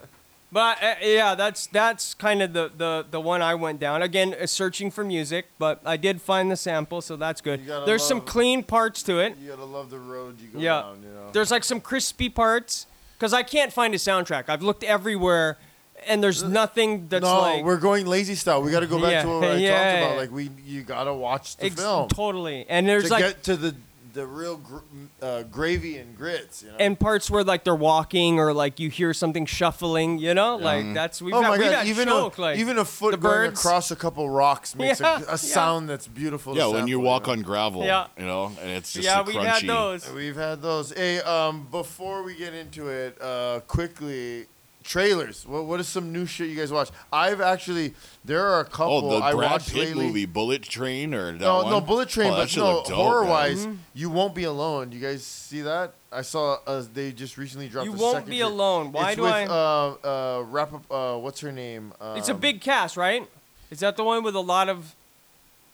But uh, yeah, that's that's kind of the, the the one I went down again, uh, searching for music. But I did find the sample, so that's good.
gotta
There's some
love-
clean parts to it.
You gotta love the road you go
yeah,
down, you know.
there's like some crispy parts because I can't find a soundtrack. I've looked everywhere, and there's nothing that's
Uh, no,
like
we're going lazy style. We gotta go back
Yeah,
to what I
yeah,
talked about.
yeah.
Like we, you gotta watch the
ex-
film
totally. And there's
to
like
get to the the real gr- uh, gravy and grits. You know.
and parts where like they're walking or like you hear something shuffling. You know, like that's we've
oh
got,
my
we
god!
got
Even
choked,
a
like
even a
the
foot going
birds.
across a couple rocks makes
Yeah,
a,
yeah.
a sound that's beautiful. to
Yeah, when you
sample,
walk on gravel,
Yeah.
you know, and it's just
yeah,
the
we've
crunchy.
had those.
We've had those. Hey, um, before we get into it, uh, quickly, trailers. What what is some new shit you guys watch? I've actually there are a couple
Oh, the
I
Brad
watched
Pitt
lately.
movie, Bullet Train, or that
No, no,
one?
Bullet Train,
Oh, that
but
shit
no,
looked dope,
horror
man. Mm-hmm.
wise, you won't be alone. You guys see that? I saw uh, they just recently dropped.
You
the
won't
second
be
tra-
alone. Why
it's
do
with,
I-
Uh, uh, wrap up. Uh, what's her name? Um,
It's a big cast, right? Is that the one with a lot of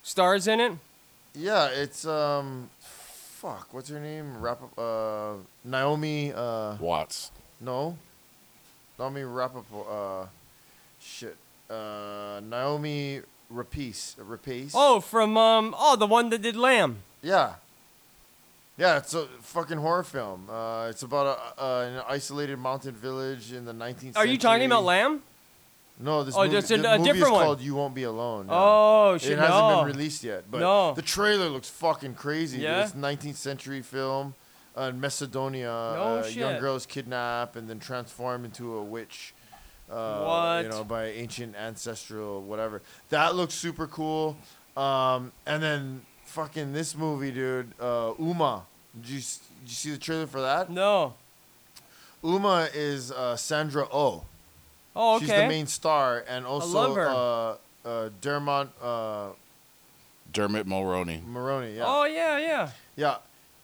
stars in it?
Yeah, it's um, fuck. What's her name? Wrap up. Uh, Naomi. Uh,
Watts.
No. Naomi Rapaport. Uh, shit. Uh, Naomi Rapace. Rapace.
Oh, from um, oh, the one that did Lamb.
Yeah. Yeah, it's a fucking horror film. Uh, it's about a, uh, an isolated mountain village in the 19th
Are you talking about Lamb?
No, this
Oh,
movie,
that's a-
the
a
movie
different
is
one.
called You Won't Be Alone.
Oh,
It
shit,
hasn't
no.
been released yet, but
No.
the trailer looks fucking crazy. dude.
Yeah?
It's 19th century film uh, in Macedonia.
No
uh, Young
shit.
girls kidnapped and then transformed into a witch. Uh, You
What?
know, by ancient ancestral whatever. That looks super cool. Um, and then fucking this movie, dude. Uh, Uma. Did you, s- did you see the trailer for that?
No.
Uma is uh, Sandra Oh.
Oh, okay.
She's the main star, and also
love her.
uh, uh, Dermot uh,
Dermot Mulroney.
Maroney. Yeah,
Oh yeah, yeah.
yeah.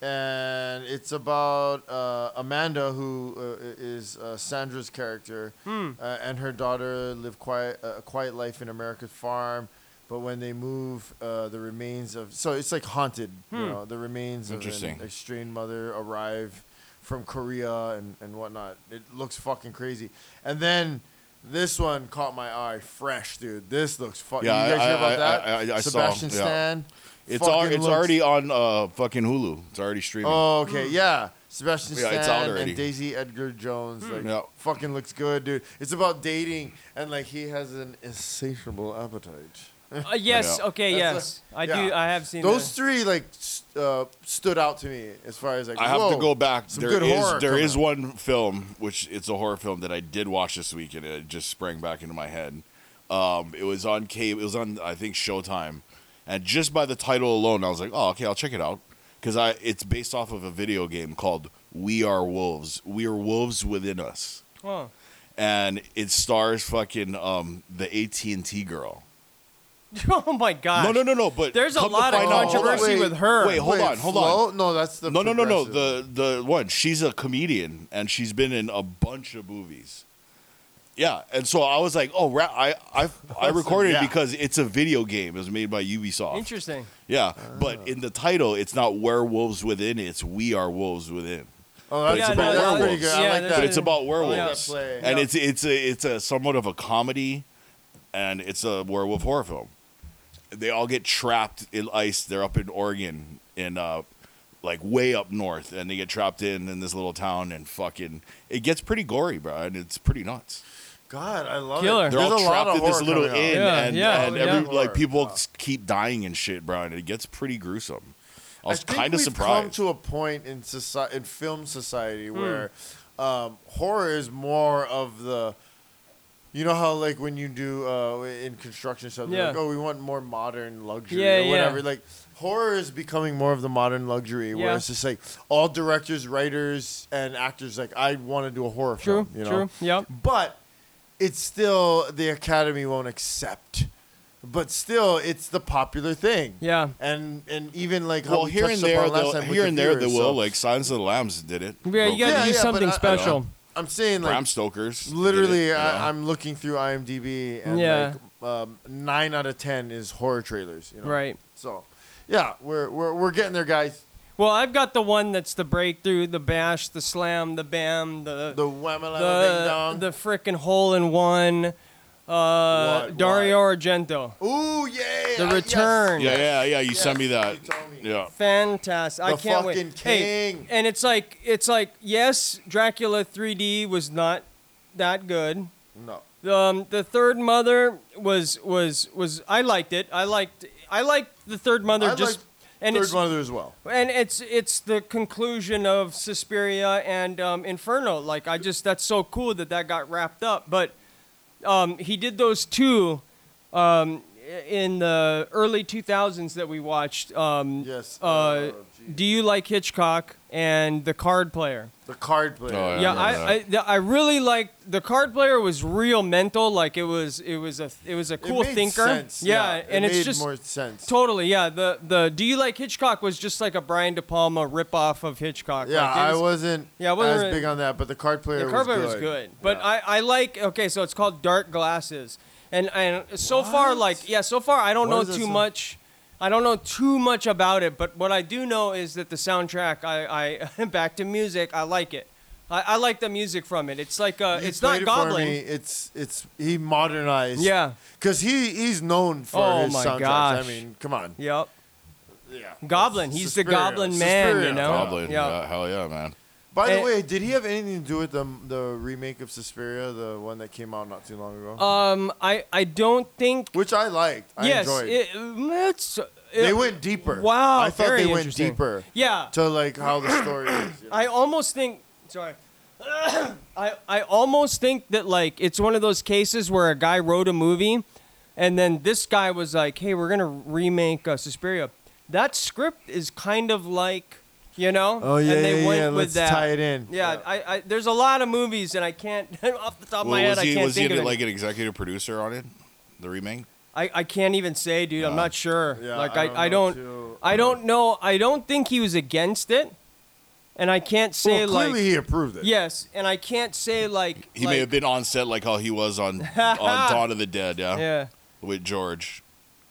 And it's about uh, Amanda, who uh, is uh, Sandra's character, uh, and her daughter live quiet a quiet life in America's farm. But when they move, uh, the remains of so it's like haunted. You know, the remains of an
Interesting.
estranged mother arrive from Korea and, and whatnot. It looks fucking crazy. And then this one caught my eye, fresh dude. This looks fucking.
Yeah,
you guys
I-
hear about
I-
that?
I- I- I saw,
Sebastian
yeah.
Stan.
It's
fucking
al- it's
looks-
already on uh fucking Hulu. It's already streaming.
Oh, okay, yeah. Sebastian
Yeah,
Stan
it's out already. Hmm.
and Daisy Edgar Jones, like,
Yeah.
fucking looks good, dude. It's about dating, and like he has an insatiable appetite.
Uh, yes.
Yeah.
Okay.
That's
yes.
a-
I do.
yeah.
I have seen
Those
that.
three like s- uh, stood out to me as far as like.
I have
whoa,
to go back.
Some
There
good
is
horror
there
coming
is
out.
one film which it's a horror film that I did watch this week and it just sprang back into my head. Um, it was on cable. It was on I think Showtime, and just by the title alone, I was like, oh okay, I'll check it out because I it's based off of a video game called We Are Wolves. We are wolves within us.
Oh.
and it stars fucking um, the AT and T girl.
oh my god.
No, no, no, no. But
There's a
come to
lot of
find out- hold on.
controversy
wait,
with her.
Wait, hold
Wait,
on, hold
Flo?
on.
No, that's the
No, no, no, no.
progressive.
The the one she's a comedian and she's been in a bunch of movies. Yeah, and so I was like, oh, ra- I I I recorded it
Yeah.
because it's a video game. It was made by Ubisoft.
Interesting.
Yeah, but in the title, it's not werewolves within. It's we are wolves within.
Oh,
But
that's,
it's
Yeah,
pretty-
no,
that's
no,
pretty
it's-
good.
yeah,
I like
that's
that.
but it's about werewolves,
Oh, Yeah, play.
and
Yeah.
it's it's a it's a somewhat of a comedy, and it's a werewolf horror film. They all get trapped in ice. They're up in Oregon, in uh, like way up north, and they get trapped in in this little town, and fucking it gets pretty gory, bro, and it's pretty nuts.
God, I love
Killer.
it.
They're all
There's a lot
trapped
of
in this
horror
little
coming out. Oh,
inn, and,
yeah,
and
yeah.
every
Horror.
like people s- keep dying and shit, Brian. and It gets pretty gruesome. I was
think
kind of
we've Come
surprised.
to a point in society, in film society,
Hmm.
where um, horror is more of the. You know how like when you do uh, in construction stuff, they're
Yeah.
like, oh, we want more modern luxury
Yeah,
or
yeah.
whatever. Like horror is becoming more of the modern luxury, where
Yeah.
it's just like all directors, writers, and actors like I want to do a horror
True,
film. You know?
true. Yep.
but it's still the academy won't accept but still it's the popular thing
Yeah.
and and even like how
well,
we
here and
touched upon
there,
last
they'll-
time with
here
the
and there, they
viewers,
will.
so-
Like Silence of the Lambs did it.
Yeah, you
Broke
gotta
it.
do something
but I-
special.
i'm saying like
Bram Stoker's. did
literally
it, you know?
I, i'm looking through imdb and
Yeah.
like um, nine out of ten is horror trailers you know?
Right.
so yeah we're, we're we're getting there guys
Well, I've got the one that's the breakthrough, the bash, the slam, the bam, the
the whammy ding
the
dong
the frickin' hole in one. Uh,
What,
Dario Argento,
ooh yeah
The
I- yes.
Return.
yeah, yeah, yeah. You sent me that.
you told me.
Yeah.
fantastic! I
The
can't
fucking
wait. Hey,
king.
and it's like it's like yes, Dracula 3D was not that good.
no
Um, the third mother was was was I liked it. I liked I liked the third mother
I
just
liked
and
third
it's
one of there as well
and it's it's the conclusion of Suspiria and um, Inferno. Like I just that's so cool that that got wrapped up. But um, he did those two um, i- in the early 2000s that we watched. Um,
Yes,
Uh,
uh, geez.
Do you like Hitchcock and the Card Player?
the card player
Oh,
yeah,
I
I, I,
remember
th- I really liked the card player was real mental. Like it was it was a it was a cool
it made
thinker.
Sense.
Yeah,
it
and
made
it's just
more sense.
totally yeah. The the Do you like Hitchcock was just like a Brian De Palma ripoff of Hitchcock.
yeah,
Like, it
I
was-
wasn't.
Yeah, I
Yeah,
wasn't
as
really-
big on that, but the card player.
The card player was
was
good, but I I like okay. So it's called Dark Glasses, and and so far
What?
like yeah, so far I don't
What
know
is that
too
song?
much. I don't know too much about it, but what I do know is that the soundtrack. I, I back to music. I like it. I, I like the music from it. It's like uh,
You
it's not
played it for
Goblin.
me. It's it's he modernized.
Yeah.
because he he's known for
Oh
his
my
soundtracks.
gosh.
I mean, come on.
Yep.
Yeah,
Goblin. He's the
Suspiria.
Goblin man,
Suspiria.
you know?
Goblin.
Yeah.
Yeah, Hell yeah, man.
By the
Eh.
way, did he have anything to do with the the remake of Suspiria, the one that came out not too long ago?
Um, I, I don't think.
Which I liked. I
yes.
enjoyed.
It, it's, it-
they went deeper.
Wow.
I thought
very
they went
interesting.
deeper
Yeah.
to like how the story is. you know?
I almost think. Sorry. I, I almost think that like it's one of those cases where a guy wrote a movie, and then this guy was like, "Hey, we're gonna remake uh, Suspiria." That script is kind of like, you know,
Oh, yeah,
and they
yeah,
went
yeah,
with
let's
that.
tie it in.
Yeah,
Yeah.
I, I there's a lot of movies, and I can't off the top of Oh my
Well,
head.
was
I
he
can't
was he
think of
an-
it.
like an executive producer on it? The remake.
I, I can't even say, dude. I'm not sure.
Yeah,
like
I
I I
don't know,
don't,
too.
I don't know. I don't think he was against it, and I can't say
well,
like
clearly he approved it.
yes, and I can't say like
He
like-
may have been on set like how he was on on Dawn of the Dead. Yeah.
Yeah.
With George.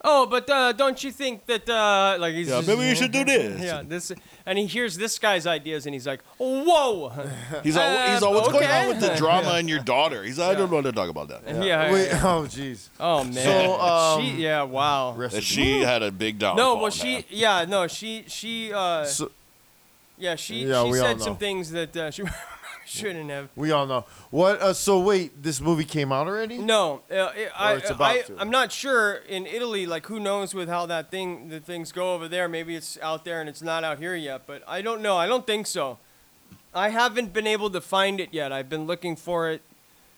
Oh, but uh, don't you think that uh, like he's
Yeah,
just-
maybe we should do this.
Yeah, this and he hears this guy's ideas and he's like, whoa.
He's all,
Uh,
he's all what's going
okay.
on with the drama and your daughter? He's like, I don't want to talk about that.
Yeah.
Wait, oh jeez.
Oh man.
So, um,
she, yeah. Wow.
Rest
That
in
she had a big downfall.
No, well, she,
man.
yeah, no, she, she, uh,
So-
yeah, she,
Yeah,
she
we all
said some
know.
things that uh, she shouldn't have.
We all know what. Uh, so wait, this movie came out already?
No, uh, it, I,
it's about
I,
to.
I'm not sure in Italy. Like, who knows with how that thing, the things go over there. Maybe it's out there and it's not out here yet. But I don't know. I don't think so. I haven't been able to find it yet. I've been looking for it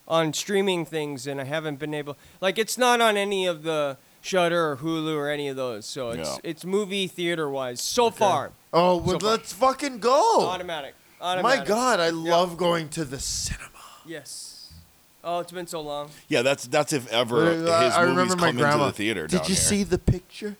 on streaming things, and I haven't been able. Like, it's not on any of the Shutter or Hulu or any of those. So it's
Yeah.
it's movie theater wise so far.
Oh, well,
So far.
let's fucking go!
Automatic.
Oh. My
Automatic.
God, I love going to the cinema.
Yes. Oh, it's been so long.
yeah, that's that's if ever his
uh, I- I
movies
remember my
come into
grandma.
the theater.
Did
down
you
here.
see the picture?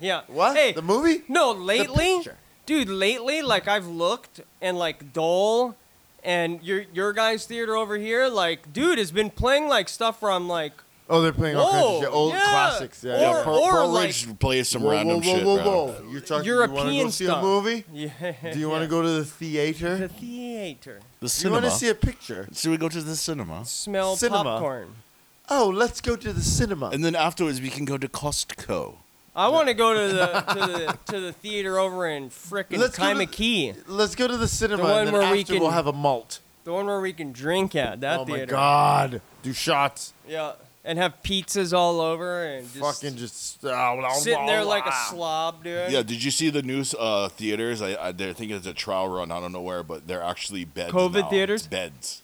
yeah.
What?
Hey,
The movie?
No, lately,
picture.
dude. Lately, like I've looked and like Dole and your your guys' theater over here, like dude has been playing like stuff where I'm like,
Oh, they're playing all kinds
Whoa,
of shit. old
yeah.
classics. Yeah,
Or-
yeah.
Bur-
or,
Burridge plays some
whoa,
random
whoa,
shit.
whoa,
bro.
whoa, whoa! You're talking. you want to
European
go see
stuff.
a movie?
yeah,
Do you want to go to the theater?
the theater,
The
Do you want
cinema.
to see a picture?
so we go to the cinema,
smell
Cinema.
popcorn.
Oh, let's go to the cinema.
and then afterwards we can go to Costco.
I want to go to the to the to the theater over in frickin'
Let's go to-
Kaimaki.
let's go to the cinema,
one
and then
where we
after
can-
we'll have a malt.
The one where we can drink at that
oh my
theater.
god, do shots.
Yeah, and have pizzas all over and just
Fucking just ah, blah,
sitting
blah,
there like a
blah.
slob, dude.
Yeah, did you see the news uh, theaters? I, I they're thinking it's a trial run. I don't know where, but they're actually beds.
COVID
now.
theaters?
It's beds.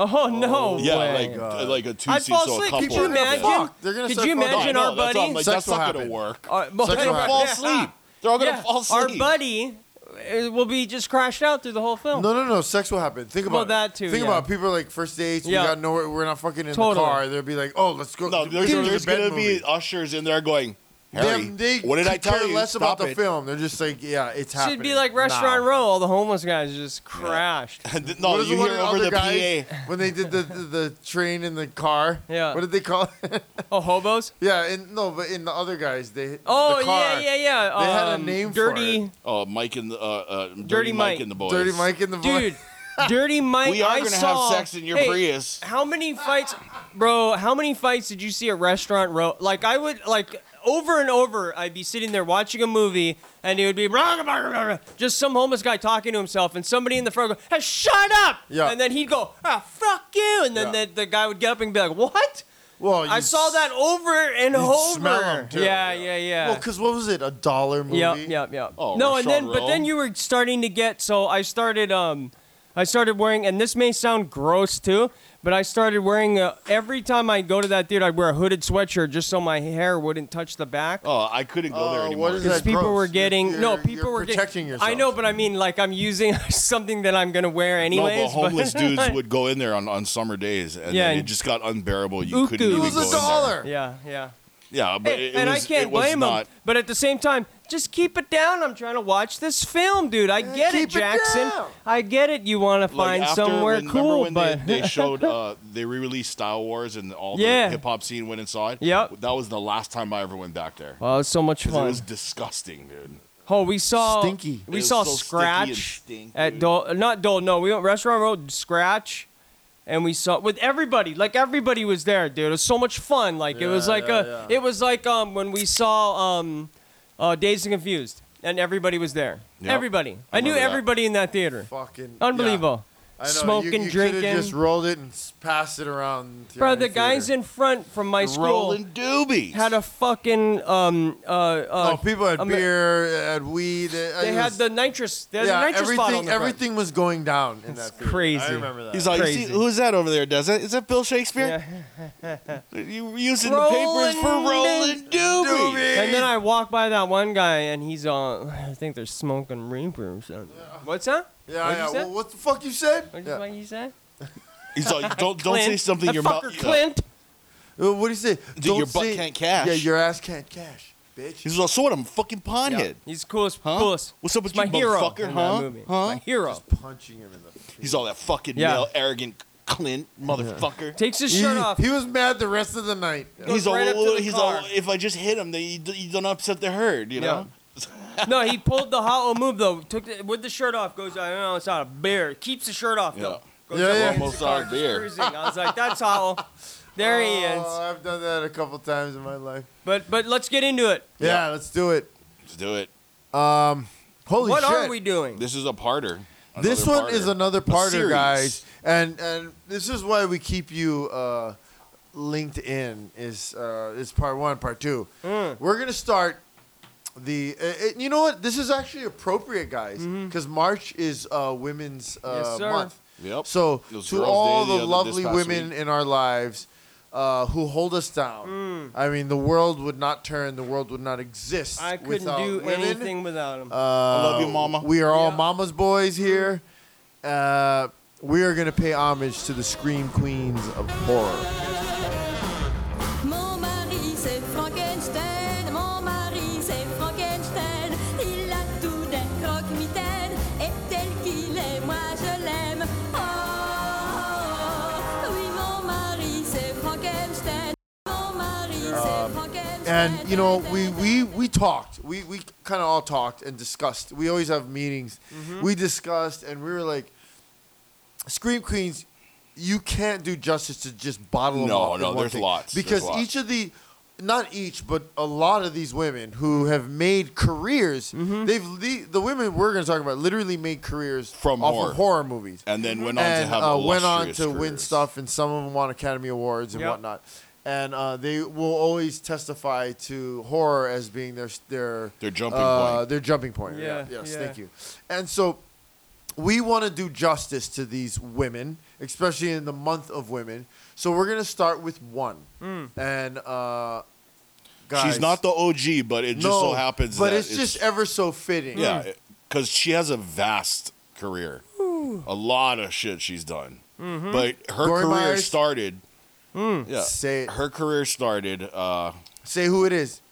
Oh no
yeah,
way.
like uh, like a two
I'd
seat.
fall
So a
asleep.
couple.
Could you imagine?
They're gonna
Could
start
you
fucking-
imagine
I
our
know, that's
buddy?
all- I'm like,
Sex
that's
will
not gonna
happen.
work.
Our- well,
They're
Sex
yeah,
will
gonna
happen.
fall
yeah.
asleep. They're all gonna
Yeah,
fall asleep.
Our buddy uh, will be just crashed out through the whole film.
No, no, no. Sex will happen. Think about
Well,
it.
that too,
Think
yeah.
about it. people like first dates.
Yeah.
We got nowhere. We're not fucking in the
Totally.
car. They'll be like, oh, let's go.
No,
we
there's,
can do
there's
the bed
gonna be
movie.
ushers in there going, Harry,
Them- they
what did I
could
tell
care
you?
Less
Stop
about the
it."
film. They're just like, yeah, it's happening.
Should be like Restaurant
now.
Row. All the homeless guys just crashed.
And th- no,
What is
Oh, you
the one
hear
with
over
other
the
guys
PA.
when they did the, the the train in the car.
Yeah.
What did they call? it?
Oh, hobos.
yeah, and no, but in the other guys, they.
Oh
the car,
yeah, yeah, yeah.
They had a
Um,
name for
Dirty,
Oh, Mike and the uh, uh, Dirty,
Dirty
Mike.
Mike.
and the boys.
Dirty Mike in the voice.
dude. Dirty Mike.
We are
I
gonna have
saw-
sex in your
Hey,
Prius.
How many fights, bro? How many fights did you see at Restaurant Row? Like I would like over and over. I'd be sitting there watching a movie, and it would be "Rah, rah, rah, rah, rah," just some homeless guy talking to himself, and somebody in the front would go, "Hey, shut up!"
Yeah.
And then he'd go, "Ah, fuck you!" And then
Yeah.
the, the guy would get up and be like, "What?"
Well,
I
you
saw
s-
that over and over.
smell 'em, too.
Yeah, yeah, yeah.
Well, because what was it? A dollar movie.
Yep, yep, yep.
Oh,
no, and then
Rashad
but then
Rowe?
you were starting to get so I started um I started wearing and this may sound gross too, but I started wearing a, every time I go to that theater I'd wear a hooded sweatshirt just so my hair wouldn't touch the back.
Oh, I couldn't go there
Oh,
anymore.
what is
Because
that
people
gross?
were
You're-
getting no,
you're-
people
you're
were getting-
protecting yourself.
I know, but I mean, like I'm using something that I'm gonna wear anyways.
no, but homeless dudes
but-
would go in there on, on summer days, and
Yeah,
then it
and-
just got unbearable. You
Uku.
couldn't
It
even
was
go
a
in there.
dollar.
Yeah, yeah.
Yeah, but
Hey,
it, it
and
was,
I can't
it was
blame
not,
him. But at the same time, just keep it down. I'm trying to watch this film, dude. I get
keep
it,
it
Jackson.
down.
I get it. You want to
Like
find
after,
somewhere
when, remember
cool,
when
but
they, they showed uh, they re-released Star Wars and all
Yeah.
the hip hop scene went inside.
Yep.
that was the last time I ever went back there.
oh, it was so much
'Cause
fun.
it was disgusting, dude.
oh, we saw
Stinky.
We
It was
saw
so sticky and
Scratch
stink,
at
dude.
Dole, not Dole. No, we went Restaurant Road Scratch, and we saw with everybody. Like everybody was there, dude. It was so much fun. Like it was
Yeah,
like
yeah,
a.
yeah.
It was like um when we saw um, uh, Dazed and Confused, and everybody was there.
Yep.
Everybody.
I
I knew
remember that.
everybody in that theater.
Fucking yeah.
Unbelievable.
I know.
Smoking,
you, you coulda
drinking.
Just rolled it and s- passed it around. to
Bro,
your
the guys
theater.
in front from my school
Rolling doobies.
had a fucking um uh, uh
Oh, people had
I'm-
beer, had weed. uh,
They
it
had
was-
the nitrous. They had
yeah,
a nitrous
everything.
bottle in the front.
everything was going down in that. theater. I
crazy.
remember that.
He's like, you
Crazy.
see, who's that over there? Does that is that Bill Shakespeare? you were using the papers for
Rolling
rolling doobies.
And then I walk by that one guy and he's uh I think they're smoking reaper or something. What's that?
yeah,
What'd you
yeah.
say?
Well, what the fuck you said?
What did
Yeah.
what you say?
He's like, don't don't say
Clint.
something
That
your mouth.
fucker Clint.
Uh, What do you say? Don't
your butt
say-
can't cash.
Yeah, your ass can't cash, bitch.
He's like, so what? I'm a fucking pothead.
He's coolest.
Huh?
Coolest.
What's up with
my
you,
hero
motherfucker,
in
huh?
That movie.
Huh?
My hero.
Punching him in the.
He's all that fucking
Yeah.
male, arrogant Clint motherfucker.
Takes his shirt
He-
off.
He was mad the rest of the night.
He's
Goes
all,
right up to the
he's
car.
all, if I just hit him, then you, d- you don't upset the herd, you know?
no, he pulled the hollow move though. Took the, with the shirt off. Goes, I don't know, it's not a bear. Keeps the shirt off though. Goes
Yeah,
up
yeah.
against the
Almost
car,
out of beer.
just cruising. I was like, that's hollow. There he
Oh,
is.
I've done that a couple times in my life.
But but let's get into it.
Yeah, let's do it.
Let's do it.
Holy
what
shit!
are we doing?
This is a parter.
this
Another
one is
parter.
another
A
parter,
series.
guys, and and this is why we keep you uh, linked in. Is uh, is part one, part two.
Hmm.
We're gonna start the. Uh, it, you know what? This is actually appropriate, guys, because March is uh, Women's uh,
Mm-hmm. Yes, sir.
Month.
Yep.
So
It was
to
Girls'
all
Day
the,
other- this
lovely
past
women
week.
in our lives uh, who hold us down, I mean, the world would not turn. The world would not exist.
Hmm. I couldn't
without
do
women. Uh,
anything without him.
I
love you, Mama.
We are all
Yeah.
mama's boys here. Uh, we are gonna pay homage to the scream queens of horror.
Mon mari c'est Frankenstein, mon mari c'est Frankenstein, il a tout d'un croque-mitaine, et tel qu'il est, moi je l'aime. Oh, oui mon mari c'est Frankenstein, mon mari c'est Frankenstein.
Um, And you know, we we we talked. We we kind of all talked and discussed. We always have meetings.
Mm-hmm.
We discussed, and we were like, "Scream Queens, you can't do justice to just bottle them
No,
up." in
no,
one
there's
thing."
lots, there's
because
lots.
each of the not each, but a lot of these women who have made careers.
Mm-hmm.
They've le- the women we're going to talk about literally made careers
From
off
horror.
of horror movies,
And then went on to
And,
have
uh, went on to
illustrious
win
careers.
stuff, and some of them won Academy Awards and
Yep.
whatnot. And uh, they will always testify to horror as being their their
Their jumping
uh,
point.
Their jumping point. Yeah.
Yeah,
Yes.
yeah.
Thank you. And so we want to do justice to these women, especially in the month of women. So we're gonna start with one, and uh, guys,
She's not the OG, but it just so
No,
happens.
but
that
it's just ever so fitting.
yeah, because she has a vast career, a lot of shit she's done.
Mhm.
But her
Gory
career
Myers?
started. yeah,
Mm. say it.
Her career started. Uh,
say who it is.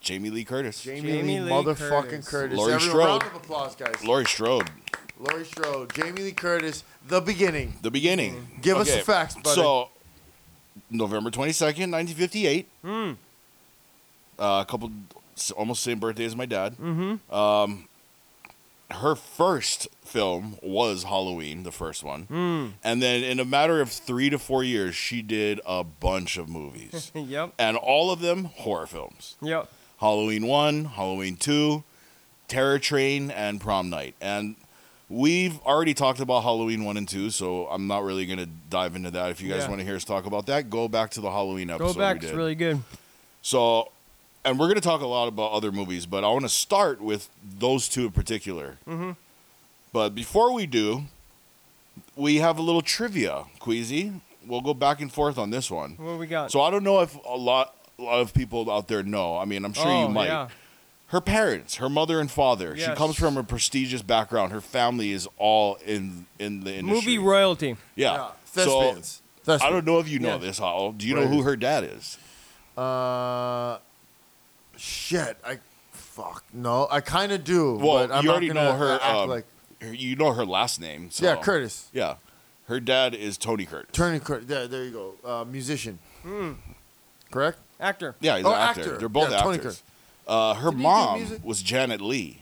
Jamie Lee Curtis.
Jamie Jamie Lee Lee motherfucking Curtis. Curtis.
Laurie
Everyone,
Strode.
round of applause, guys.
Laurie Strode.
Laurie Strode, Jamie Lee Curtis, the beginning.
The beginning.
Give us the facts, buddy.
So, November 22nd, 1958. Uh, a couple, s- almost same birthday as my dad.
Mm-hmm.
Um, her first film was Halloween, the first one.
Mm.
And then in a matter of three to four years, she did a bunch of movies.
yep.
and all of them horror films.
Yep.
Halloween 1, Halloween 2, Terror Train, and Prom Night. And we've already talked about Halloween 1 and 2, so I'm not really going to dive into that. If you guys
Yeah.
want to hear us talk about that, go back to the Halloween episode.
Go back.
we
It's
did.
really good.
So, and we're going to talk a lot about other movies, but I want to start with those two in particular.
Mm-hmm.
But before we do, we have a little trivia, Queasy. We'll go back and forth on this one.
What we got?
So I don't know if a lot a lot of people out there know. I mean, I'm sure
Oh,
you might.
yeah.
Her parents, her mother and father. She
Yes.
comes from a prestigious background. Her family is all in in the industry.
Movie royalty.
Yeah. Uh, so
Thespians.
I don't know if you know
Yeah.
this, Hal. Do you know
Right.
who her dad is?
Uh, shit. I fuck no. I kind of do.
Well,
but I'm
you
not
already
gonna
know her.
Act
um,
like
her- You know her last name. So.
Yeah, Curtis.
Yeah, her dad is Tony Curtis.
Turning. Cur- There, there you go. Uh, musician.
Hmm.
Correct.
Actor.
Yeah, he's
Oh,
an actor.
actor.
They're both
Yeah, Tony Curtis.
actors. Uh, her
do
mom
music? Oh.
was Janet Lee,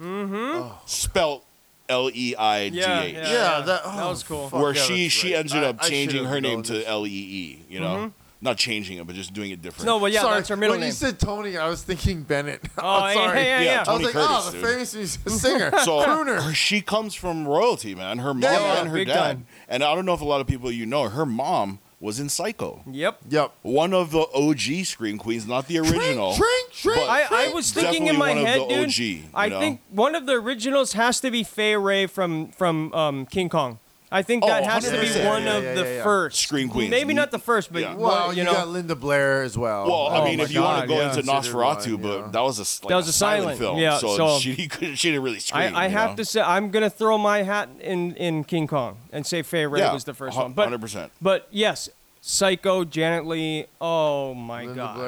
Mm-hmm.
spelt L E I G H.
Yeah, yeah, yeah.
that- oh,
that was cool.
where she she ended up
I- I
changing
should've
her name
known
to L E E. You know,
Mhm.
not changing it, but just doing it different.
No, but Oh, yeah,
Sorry,
that's her middle
when
name.
you said Tony, I was thinking Bennett.
Oh, yeah,
I'm sorry.
yeah, yeah.
I was
Tony
like,
Curtis,
oh, the
dude.
famous music- singer,
So
crooner.
her- she comes from royalty, man. Her mom
Yeah, yeah,
and her
big
dad.
time.
And I don't know if a lot of people you know, her mom was in Psycho.
Yep.
Yep.
One of the OG scream queens, not the original. but
I, I was thinking in
definitely
my
one of
head,
the
dude.
OG, you
I
know?
think one of the originals has to be Fay Ray from from um, King Kong. I think that
Oh,
has to be
100%.
one
Yeah,
of
yeah,
the
yeah, yeah.
first
Scream Queens.
Maybe not the first, but
Yeah.
one,
well,
you
you
know,
got Linda Blair as well.
Well, I
Oh
mean,
my
if you want
God,
to go
yeah.
into
Considered
Nosferatu, but that was a s- like
That was a silent,
film,
yeah,
so,
so-
she couldn't, she didn't really scream.
I, I
you
have
know?
to say I'm gonna throw my hat in in King Kong and say Fay Ray
Yeah,
was the first
hu-
one. But
100%.
But yes, Psycho, Janet Lee. Oh my god.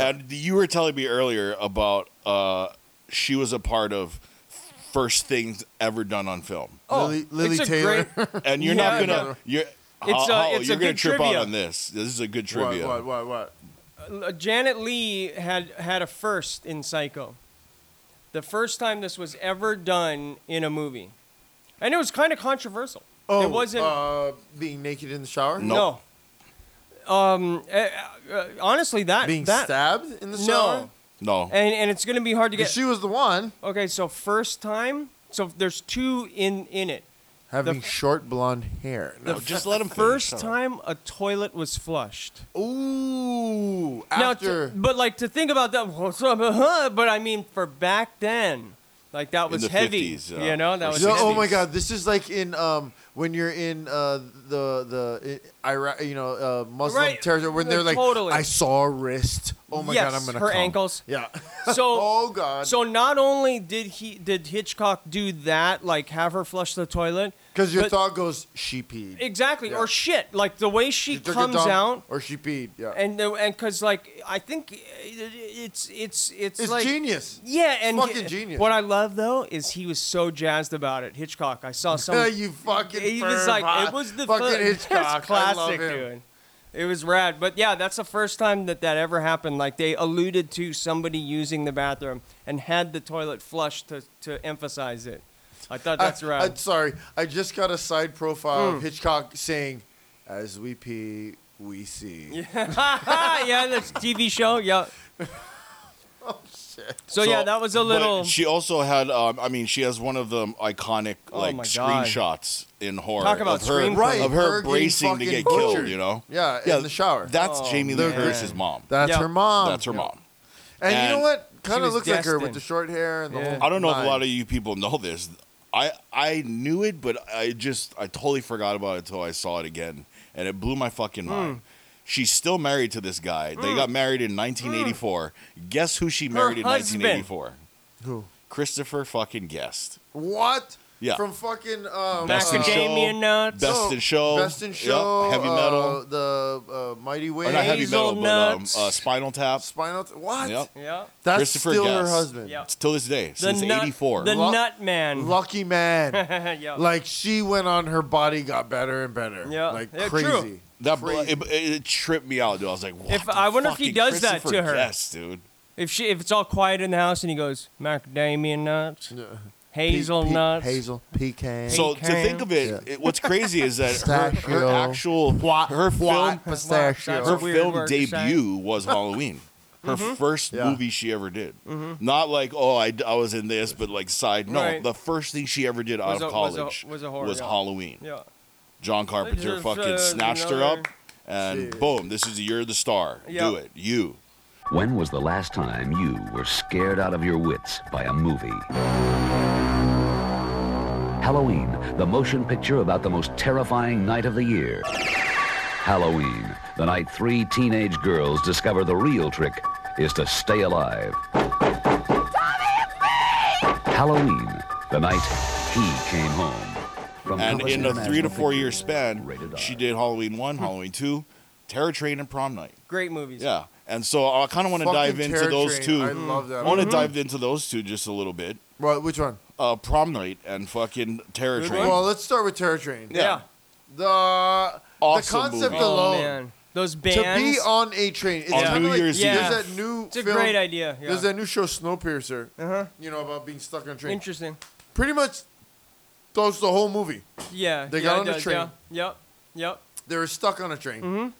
And you were telling me earlier about uh, she was a part of first things ever done on film.
Oh, Lily- Lily it's a Taylor. great-
and you're
Yeah,
not
yeah.
gonna. You're,
It's a-
Hal- Hal,
it's a
you're gonna
good
trip
trivia.
out on this. This is a good
What,
trivia.
What? What? What?
Uh, Janet Lee had had a first in Psycho. The first time this was ever done in a movie. And it was kind of controversial.
Oh,
it wasn't
uh, being naked in the shower.
no. Um uh, uh, honestly that
Being
that,
stabbed in the
No.
shower?
No.
And and it's going to be hard to get
She was the one
Okay, so first time, so there's two in in it.
having short blonde hair. No,
The
just
f-
let him finish,
First
shut up.
time a toilet was flushed.
Ooh,
Now,
after
to- but like to think about that, what's up, uh-huh, but I mean for back then, like that
In
was
the uh,
heavy.
50s, yeah.
You know, that was
Yo,
heavy.
oh my god, this is like in um when you're in uh the the uh, Iraq, you know, uh, Muslim
Right,
territory when they're like,
totally.
I saw a wrist. Oh my
yes,
god, I'm gonna
her
come.
ankles.
Yeah.
So oh god. So not only did he did Hitchcock do that, like have her flush the toilet,
Because your
but-
thought goes, she peed.
exactly
Yeah.
or shit, like the way she
Took a
comes
dump,
out.
or she peed. Yeah.
And the- and because like I think it's it's it's
It's
like,
genius.
Yeah, and
Fucking
he-
genius.
What I love though is he was so jazzed about it. Hitchcock, I
Uh,
saw some.
you fucking.
he was
perv,
like,
huh?
it was the
fucking
fir- it's
Hitchcock.
classic,
I love him.
dude. It was rad, but yeah, that's the first time that that ever happened. Like they alluded to somebody using the bathroom and had the toilet flushed to to emphasize it. I thought that's
Uh, I,
rad.
I'm sorry. I just got a side profile
Mm.
of Hitchcock saying, "As we pee, we see.
yeah, that's TV show. Yeah.
Oh shit.
So, yeah, that was a
but
little.
She also had. Um, I mean, she has one of the iconic
Oh
like
my God.
screenshots in horror.
Talk about
of her,
screen
Right,
of her
her getting
bracing to
fucking
get
butchered.
killed. You know.
Yeah, in the shower.
That's
Oh,
Jamie Lee
man.
Curtis's mom.
That's her mom.
That's her mom.
And, you know what? Kind
She
of
was
looks like her with
destined.
the short hair and the whole.
I don't know if
nine.
a lot of you people know this. I I knew it, but I just I totally forgot about it until I saw it again, and it blew my fucking
Hmm.
mind. She's still married to this guy. They got married in 1984.
Hmm.
Guess who she married in
husband.
1984?
Who?
Christopher fucking Guest.
What?
Yeah.
From fucking um,
Best in Macadamia Show, Nuts. Best in Show,
Best in
yep,
Show,
Heavy
uh,
Metal.
the uh, Mighty Way,
Or not heavy metal, but um, uh, Spinal Tap.
Spinal. T- what?
Yep.
Yeah.
That's
Christopher
still her
Guest.
husband.
It's Till this day, since
nut-
'84.
the nut man.
Lucky man.
Yeah.
Like she went on, her body got better and better.
Yeah.
Like
Yeah,
crazy.
true.
That It, it, it tripped me out, dude. I was like, what
If-
the
I wonder if he
fucking
does that
Christopher
to her.
Guest, dude.
If she, if it's all quiet in the house and he goes macadamia nuts,
Pe- pe-
hazelnuts,
hazel, pecan.
So to think of it, it- what's crazy is that her, her
Pistachio.
actual her film
what? Pistachio.
her
That's a weird
film
word to say.
debut was Halloween. Her
Mm-hmm.
Mhm.
first
Yeah.
movie she ever did.
Mhm.
Not like oh I, d- I was in this, but like side. No,
Right.
the first thing she ever did
Was
out of
a- was a-
college
was a horror, yeah.
Halloween.
Yeah.
John Carpenter
Just,
fucking
uh,
snatched her
another-
up, and boom! This is you're the star.
Yeah.
Do it, you.
When was the last time you were scared out of your wits by a movie? Halloween, the motion picture about the most terrifying night of the year. Halloween, the night three teenage girls discover the real trick is to stay alive. Halloween, the night he came home. From
and
Compass
in a three to
International
four year span, she did Halloween one,
Hmm.
Halloween two, Terror Train, and Prom Night.
Great movies.
Yeah, and so I kind of want to
Fucking
dive into
Terror
those
Train,
two.
I love that
want to
movie.
dive into those two just a little bit.
Well, which one?
Uh, Prom Night and fucking Terror Train.
Well, let's start with Terror Train.
Yeah.
The
Awesome
the concept
movie.
alone.
Oh, man.
Those
To
bands.
be on a train. It's
On
kinda
New
like,
Year's
Yeah. Eve.
There's that new.
It's a
film-
great idea, yeah.
There's that new show Snowpiercer.
Uh-huh.
You know about being stuck on a train.
Interesting.
Pretty much, that's the whole movie.
Yeah.
They
yeah,
got
it
on the
does,
train.
Yeah. Yep. Yep.
They were stuck on a train.
Mhm.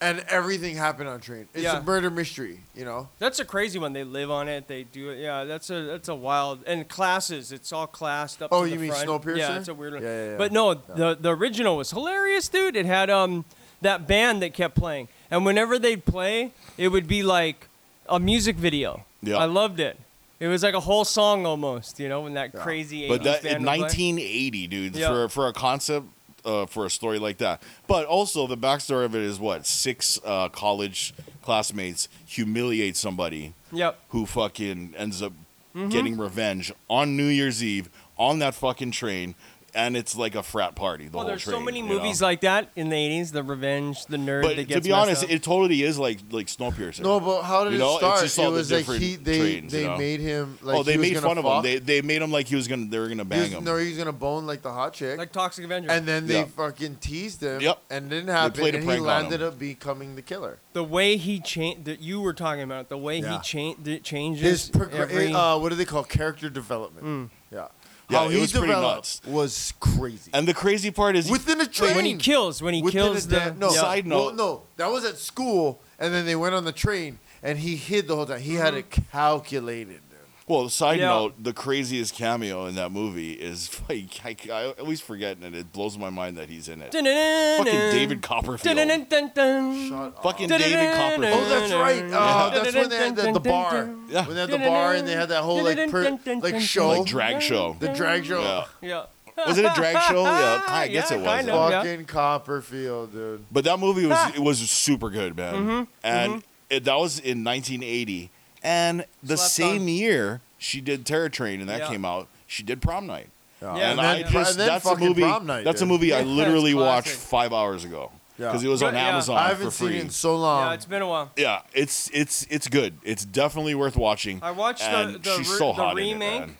And everything happened on a train. It's
Yeah.
a murder mystery. You know.
That's a crazy one. They live on it. They do it. Yeah, that's a that's a wild and classes. It's all classed up.
Oh,
to the
you mean
front.
Snowpiercer?
Yeah, it's a weird one.
Yeah, yeah, yeah.
But no, the the original was hilarious, dude. It had um that band that kept playing, and whenever they'd play, it would be like a music video.
Yeah.
I loved it. It was like a whole song almost, you know, when that crazy. 80s
But that
band
in
would play.
1980, dude,
Yeah.
for for a concept. Uh, for a story like that, but also the backstory of it is what six uh, college classmates humiliate somebody
Yep.
who fucking ends up
Mhm.
getting revenge on New Year's Eve on that fucking train, and it's like a frat party. The
Well,
whole
Oh, there's so
train,
many
you know?
movies like that in the 80s. The revenge, the nerd.
But
that
to
gets
be
messed
honest,
up.
it totally is like like Snowpiercer.
No, but how did it
You know,
start?
It's just
It
all
was
the
like
different
he- they-
trains,
they
you know?
made him, like,
oh, they
he was
made
gonna
fun
fuck.
of him. They they made him like he was gonna they were gonna bang
He was-
him.
No, he was gonna bone like the hot chick.
Like Toxic Avenger.
And then they
Yeah.
fucking teased him.
Yep.
And it didn't
They
happen.
played a
and he
prank on
landed
him.
up becoming the killer.
the way he changed that you were talking about the way
Yeah.
he changed
His
changes
progr-
every-
eh,
Mm.
uh, what do they call character development? Yeah.
Yeah,
How
it
he
was pretty
developed was crazy.
And the crazy part is
within a train.
when he kills when he
Within
kills
a
the
da- no
Side
well,
note.
no, that was at school, and then they went on the train, and he hid the whole time. He had
Mm-hmm.
it calculated.
Well, side
Yeah.
note, the craziest cameo in that movie is like I, I always forget, and it blows my mind that he's in it.
Dun-dun-dun-dun.
Fucking David Copperfield.
Dun-dun-dun-dun.
Fucking David Copperfield.
Oh, that's right. Uh, that's when they had the, the bar.
Yeah.
When they had the bar and they had that whole like per, like show,
Like drag show.
The drag show.
Yeah.
yeah.
Was it a drag show? Yeah, I guess it was.
Fucking
yeah.
Copperfield, dude.
But that movie
Ah.
was it was super good, man.
Mhm,
And
mhm.
It, that was in 1980, and the same year she did Terror Train, and that
Yeah.
came out. She did Prom Night.
Yeah,
and
and
I
then-
just
and then
that's a
fucking
movie.
Prom Night,
that's a
dude.
movie I
Yeah, it's
literally watched
classic.
five hours ago
Yeah.
because it was on
Yeah.
Amazon.
I haven't
for
seen
free.
it in so long.
yeah it's been a while
Yeah, it's it's it's good. It's definitely worth watching.
I watched the-
and
the
she's
re-
so
the
hot
remake.
In it, man.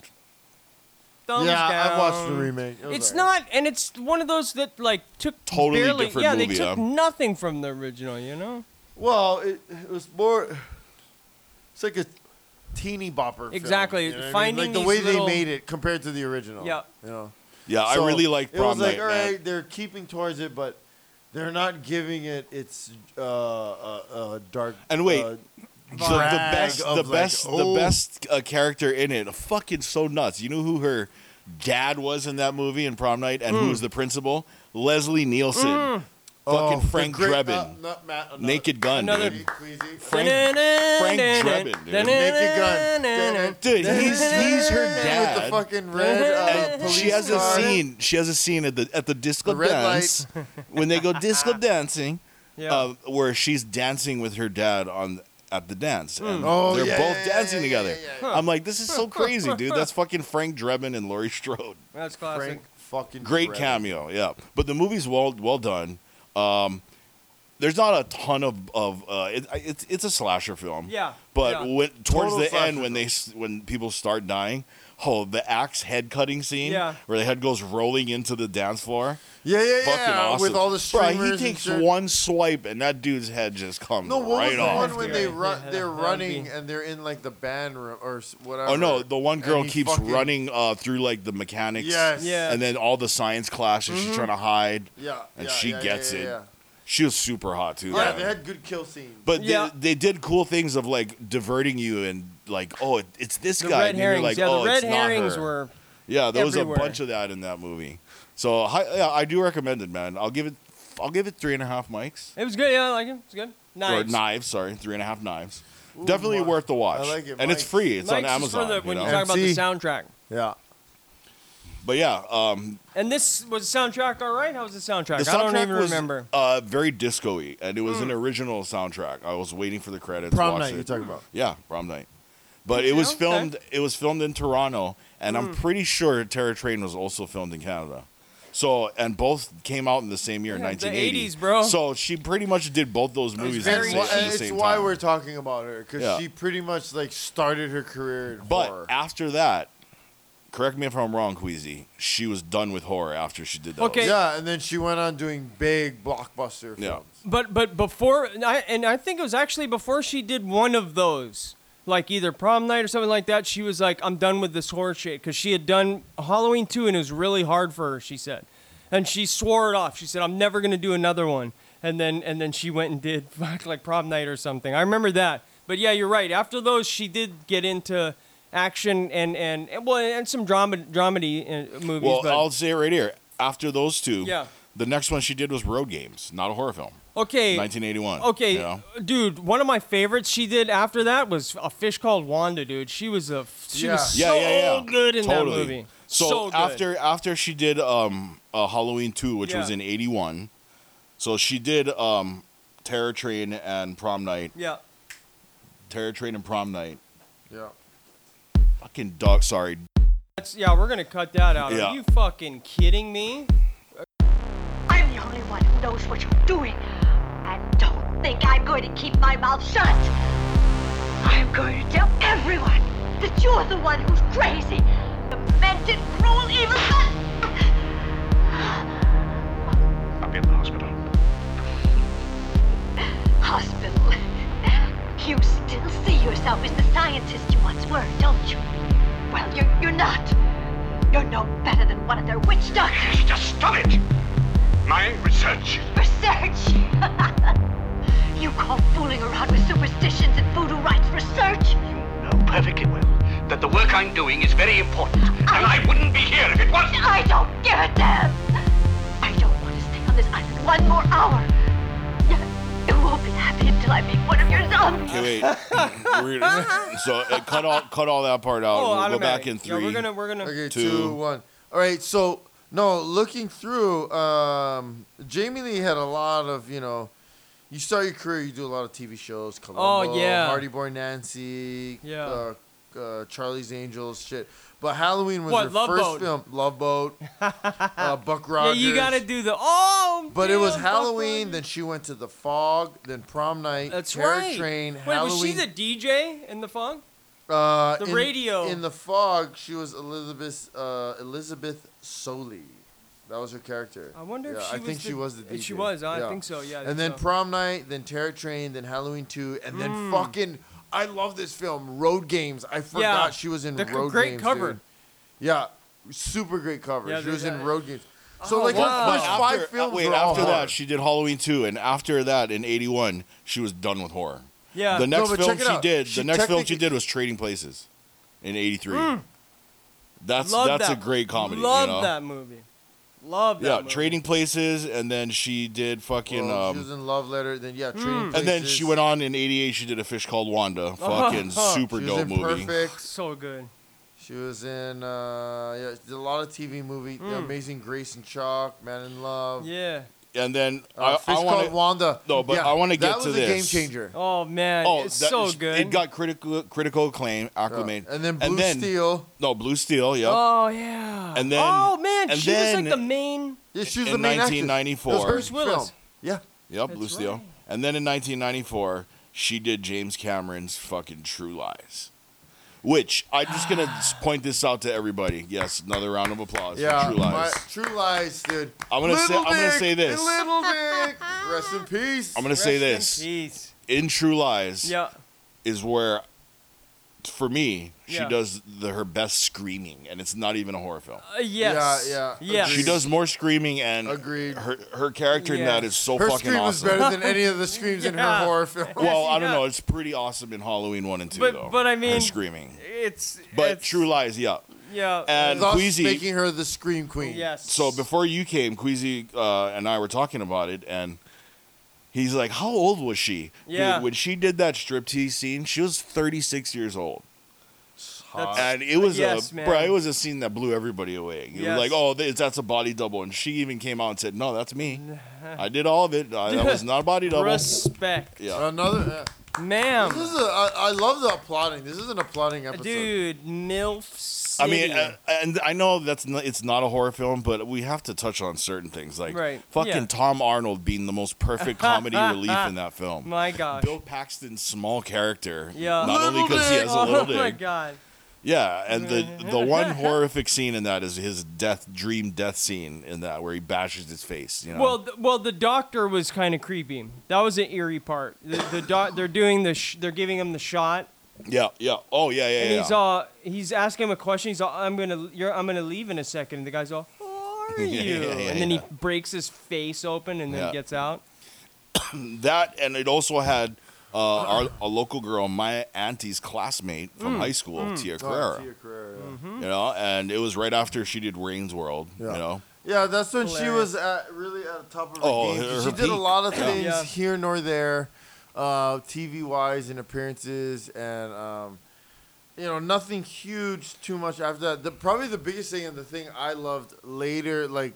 Thumbs
Yeah, I watched the
down.
remake. It was
it's
all
not, and it's one of those that like took
Totally
barely,
different
yeah, they
movie,
took
huh?
nothing from the original, you know.
Well, it, it was more. It's like a teeny bopper. film,
Exactly.
you know what I mean?
Finding
like
these
the way
little-
they made it compared to the original.
Yeah.
You know.
Yeah, I really like
It was
Prom
like
Night,
all
man.
right, they're keeping towards it, but They're not giving it its uh, uh, uh, dark.
And wait,
uh,
the, the
drag
best, the
of, like,
best,
oh.
the best uh, character in it. Fucking so nuts. You know who her dad was in that movie in Prom Night, and who
Mm.
was the principal? Leslie Nielsen.
Mm.
Fucking
Oh,
Frank
the great-
Drebin.
no, no, Matt, another-
Naked Gun.
another-
dude.
Queasy.
Frank, Frank Drebin. Dude.
Naked Gun.
Dude, he's he's her dad.
With the fucking red. Uh,
And
police
she has
car.
a scene. She has a scene at the at the disco
The red
dance
light.
when they go disco dancing,
Yeah.
uh, where she's dancing with her dad on at the dance. And
Hmm. Oh,
they're
yeah,
both
yeah,
dancing together. I'm like, this is so crazy, dude. That's fucking Frank Drebin and Laurie Strode.
That's classic.
Frank fucking
Great
Drebin.
cameo, yeah. But the movie's well well done. Um, there's not a ton of of uh, it, it's it's a slasher film.
Yeah,
But
yeah.
when towards
Total
the
slasher
end, when they s- when people start dying, oh, the axe head cutting scene,
Yeah.
where the head goes rolling into the dance floor.
Yeah, yeah,
Fucking
yeah,
awesome.
with all the
Bro,
streamers
he
and
takes
shit.
one swipe and that dude's head just comes
No, what
right
was the
off.
one when they run? They're
would
running
be-
and they're in like the band room or s- whatever.
Oh no! The one
and
girl
he
keeps
fucking-
running uh, through like the mechanics,
Yes. Yes.
and then all the science class, and she's
Mhm.
trying to hide.
Yeah,
and
yeah,
she
yeah,
gets
yeah,
it.
yeah, yeah.
She was super hot too.
Yeah,
man.
they had good kill scenes.
But they, they did cool things of like diverting you and like, oh, it, it's this
The
guy.
red
and you're
herrings,
like,
yeah, the
oh,
red
it's not
herrings
her.
were
Yeah, there
everywhere.
was a bunch of that in that movie. So I, yeah, I do recommend it, man. I'll give it, I'll give it three and a half mics
It was good. Yeah, I like it. It's good. Knives.
or knives. Sorry, three and a half knives.
Ooh,
Definitely
Mike.
worth the watch.
I like it,
and it's
Mike.
free. It's on
Mike's is for
Amazon.
the-
you
when you
know?
talk about the soundtrack.
Yeah.
But yeah, um,
And this was the soundtrack. All right, how was the soundtrack?
the
I don't
soundtrack
even
was,
remember. Mm.
Uh, very disco-y, and it was an original soundtrack. I was waiting for the credits. to
Prom
watch
night
it.
you're talking about.
Yeah, prom night. But it was
Okay.
filmed. It was filmed in Toronto, and I'm
Mm.
pretty sure Terror Train was also filmed in Canada. So and both came out in the same year,
Yeah, the
1980.
80s, bro.
So she pretty much did both those movies at the
It's
same,
why-
at the
it's
same
why
time.
we're talking about her because
Yeah.
she pretty much like started her career in
But
horror.
after that, correct me if I'm wrong, Queasy. She was done with horror after she did that.
Yeah, and then she went on doing big blockbuster films.
Yeah.
But but before and I, and I think it was actually before she did one of those, like either prom night or something like that. She was like, "I'm done with this horror shit," because she had done Halloween two and it was really hard for her. She said, and she swore it off. She said, "I'm never gonna do another one." And then and then she went and did fuck like prom night or something. I remember that. But yeah, you're right. After those, she did get into action and and, and well and some drama dramedy uh, movies.
Well,
but,
I'll say it right here. After those two,
Yeah.
the next one she did was Road Games, not a horror film.
Okay.
1981.
Okay,
you know?
dude, one of my favorites she did after that was a fish called Wanda, dude. She was a she was so
yeah, yeah, yeah.
good in
Totally.
that movie.
So,
So good.
after after she did um uh, Halloween two, which
Yeah.
was in eighty one, so she did um Terror Train and Prom Night.
Yeah.
Terror Train and Prom Night.
Yeah.
Fucking dog. Sorry.
That's, yeah, we're gonna cut that out.
Yeah.
Are you fucking kidding me?
I'm the only one who knows what you're doing. And don't think I'm going to keep my mouth shut. I'm going to tell everyone that you're the one who's crazy, demented, cruel, evil son.
I'll be in the hospital.
Hospital. You still see yourself as the scientist you once were, don't you? Well, you're, you're not. You're no better than one of their witch doctors.
Just stop it! My research.
Research! you call fooling around with superstitions and voodoo rites research?
Know perfectly well that the work I'm doing is very important, and I wouldn't be here if it wasn't.
I don't give a damn! I don't want to stay on this island one more hour. You won't be happy until I make one of your zombies.
Okay, wait. We're gonna- so uh, cut all cut all that part out.
Oh,
we'll go back
automatic.
in
Yeah,
three.
we're
gonna- we're gonna-
Okay,
Two.
two, one. All right, so no, looking through, um, Jamie Lee had a lot of you know. You start your career, you do a lot of TV shows. Columbo,
Oh, yeah.
Hardy Boy Nancy,
Yeah.
uh, uh, Charlie's Angels, shit. But Halloween was
What,
her
Love
first
Boat?
film. Love Boat, uh, Buck
Yeah,
Rogers.
you gotta do the oh.
But it was
damn,
Halloween. Then she went to the Fog. Then prom night.
That's
Terror
right.
Train.
Wait,
Halloween.
was she the DJ in the fog?
Uh,
The
in-
radio.
in the fog. She was Elizabeth uh, Elizabeth Soley. That was her character.
I wonder if
Yeah,
she
I
was
think
the-
she was the
if
DJ.
she was, I think so, yeah, I think
and then
so.
prom night, then Terror Train, then Halloween two, and then
Mm.
fucking. I love this film, Road Games. I forgot she was in
the c-
Road
great
Games.
cover.
dude. Yeah, super great cover.
Yeah, Oh,
she was
there's
in
that.
Road Games. So like
But
her first
after- uh,
five films
wait,
were all
after
horror.
that, she did Halloween 2, and after that, in 81, she was done with horror.
Yeah.
The
No,
next
but
film
check it
she
out.
did,
She
the next film
technically-
she did was Trading Places in 83.
Mm.
That's
Love
that's
that-
a great comedy.
Love
you know?
that movie. Love that
Yeah,
movie.
Trading Places, and then she did fucking.
Well, Oh, she
um,
was in Love Letter. Then yeah, Trading
Hmm.
Places.
and then she went on in '88. She did a fish called Wanda. Fucking super
she was
dope
in
movie.
Perfect.
So good.
She was in uh, yeah, she did a lot of TV movie. The
Mm.
Amazing Grace and Chalk, Man in Love.
Hmm. Yeah.
And then
Uh,
I,
Fish
I wanna,
Called Wanda.
No, but
Yeah,
I want to
that
get to
was a
this.
game changer.
Oh man, it's
that-
so
sh-
good.
It got critical critical acclaim, acclaim,
Uh, And then Blue Steel.
No, Blue Steel. Yep.
Oh yeah.
And then-
oh man,
and
she was
then-
like the main.
Yeah, she
in 1994.
Bruce Willis.
Yeah.
Yep.
That's
Blue Steel.
right.
And then in 1994, she did James Cameron's fucking True Lies. Which I'm just gonna s- point this out to everybody. Yes, another round of applause
Yeah,
for True Lies.
my- True Lies, dude.
I'm gonna say-
Little
I'm gonna
Dick
say
and
this.
Little Dick, rest in peace.
I'm gonna say this. In True Lies,
Yeah.
is where for me she
Yeah.
does the, her best screaming, and it's not even a horror film.
Uh, yes.
Yeah, yeah.
Yes.
She does more screaming, and
Agreed.
her her character in that
Yeah.
is so
Her
fucking
scream is
awesome.
better than any of the screams in her horror film.
Well, I don't know. It's pretty awesome in Halloween one and two,
But-
though.
but I
her
mean,
screaming.
It's
But True Lies, yeah.
yeah.
And
Thus
Queasy.
making her the scream queen.
Yes.
So before you came, Queasy uh, and I were talking about it, and he's like, "How old was she? Dude,
Yeah.
when she did that striptease scene, she was 36 years old."
That's-
and it was
yes,
a
man.
bro, it was a scene that blew everybody away. You
Yes.
were like, "Oh, th- that's a body double," and she even came out and said, "No, that's me. I did all of it. I, that was not a body double."
Respect.
Yeah.
Another. uh,
Ma'am.
This is a, I, I love the applauding. This is an applauding episode.
Dude, MILF
I
City.
mean, uh, and I know that's not, it's not a horror film, but we have to touch on certain things like
Right,
fucking
yeah.
Tom Arnold being the most perfect comedy relief in that film.
My gosh.
Bill Paxton's small character,
Yeah.
not only because he has a
oh
little dick,
my god.
yeah, and the the one horrific scene in that is his death dream death scene in that where he bashes his face. You know,
Well, th- well, the doctor was kind of creepy. That was an eerie part. The, the doc, they're doing the, sh- they're giving him the shot,
yeah, yeah, oh yeah, yeah,
and
yeah.
he's all, he's asking him a question. He's all, I'm gonna, you're, I'm gonna leave in a second. And the guy's all, who are you?
Yeah, yeah, yeah,
and then
yeah.
he breaks his face open, and then
Yeah.
gets out.
that and it also had uh, our, a local girl, my auntie's classmate from
Mm,
high school,
mm.
Tia
Oh,
Carrera.
Tia Carrera, yeah.
You know, and it was right after she did Wayne's World. You know,
Yeah, that's when she
Hilarious.
was at, really at the top of her
Oh,
game.
her-
she
her
did a
peak.
lot of
Yeah.
things
Yeah.
here nor there, uh, TV wise and appearances, and um, you know nothing huge too much after that. The, probably the biggest thing and the thing I loved later, like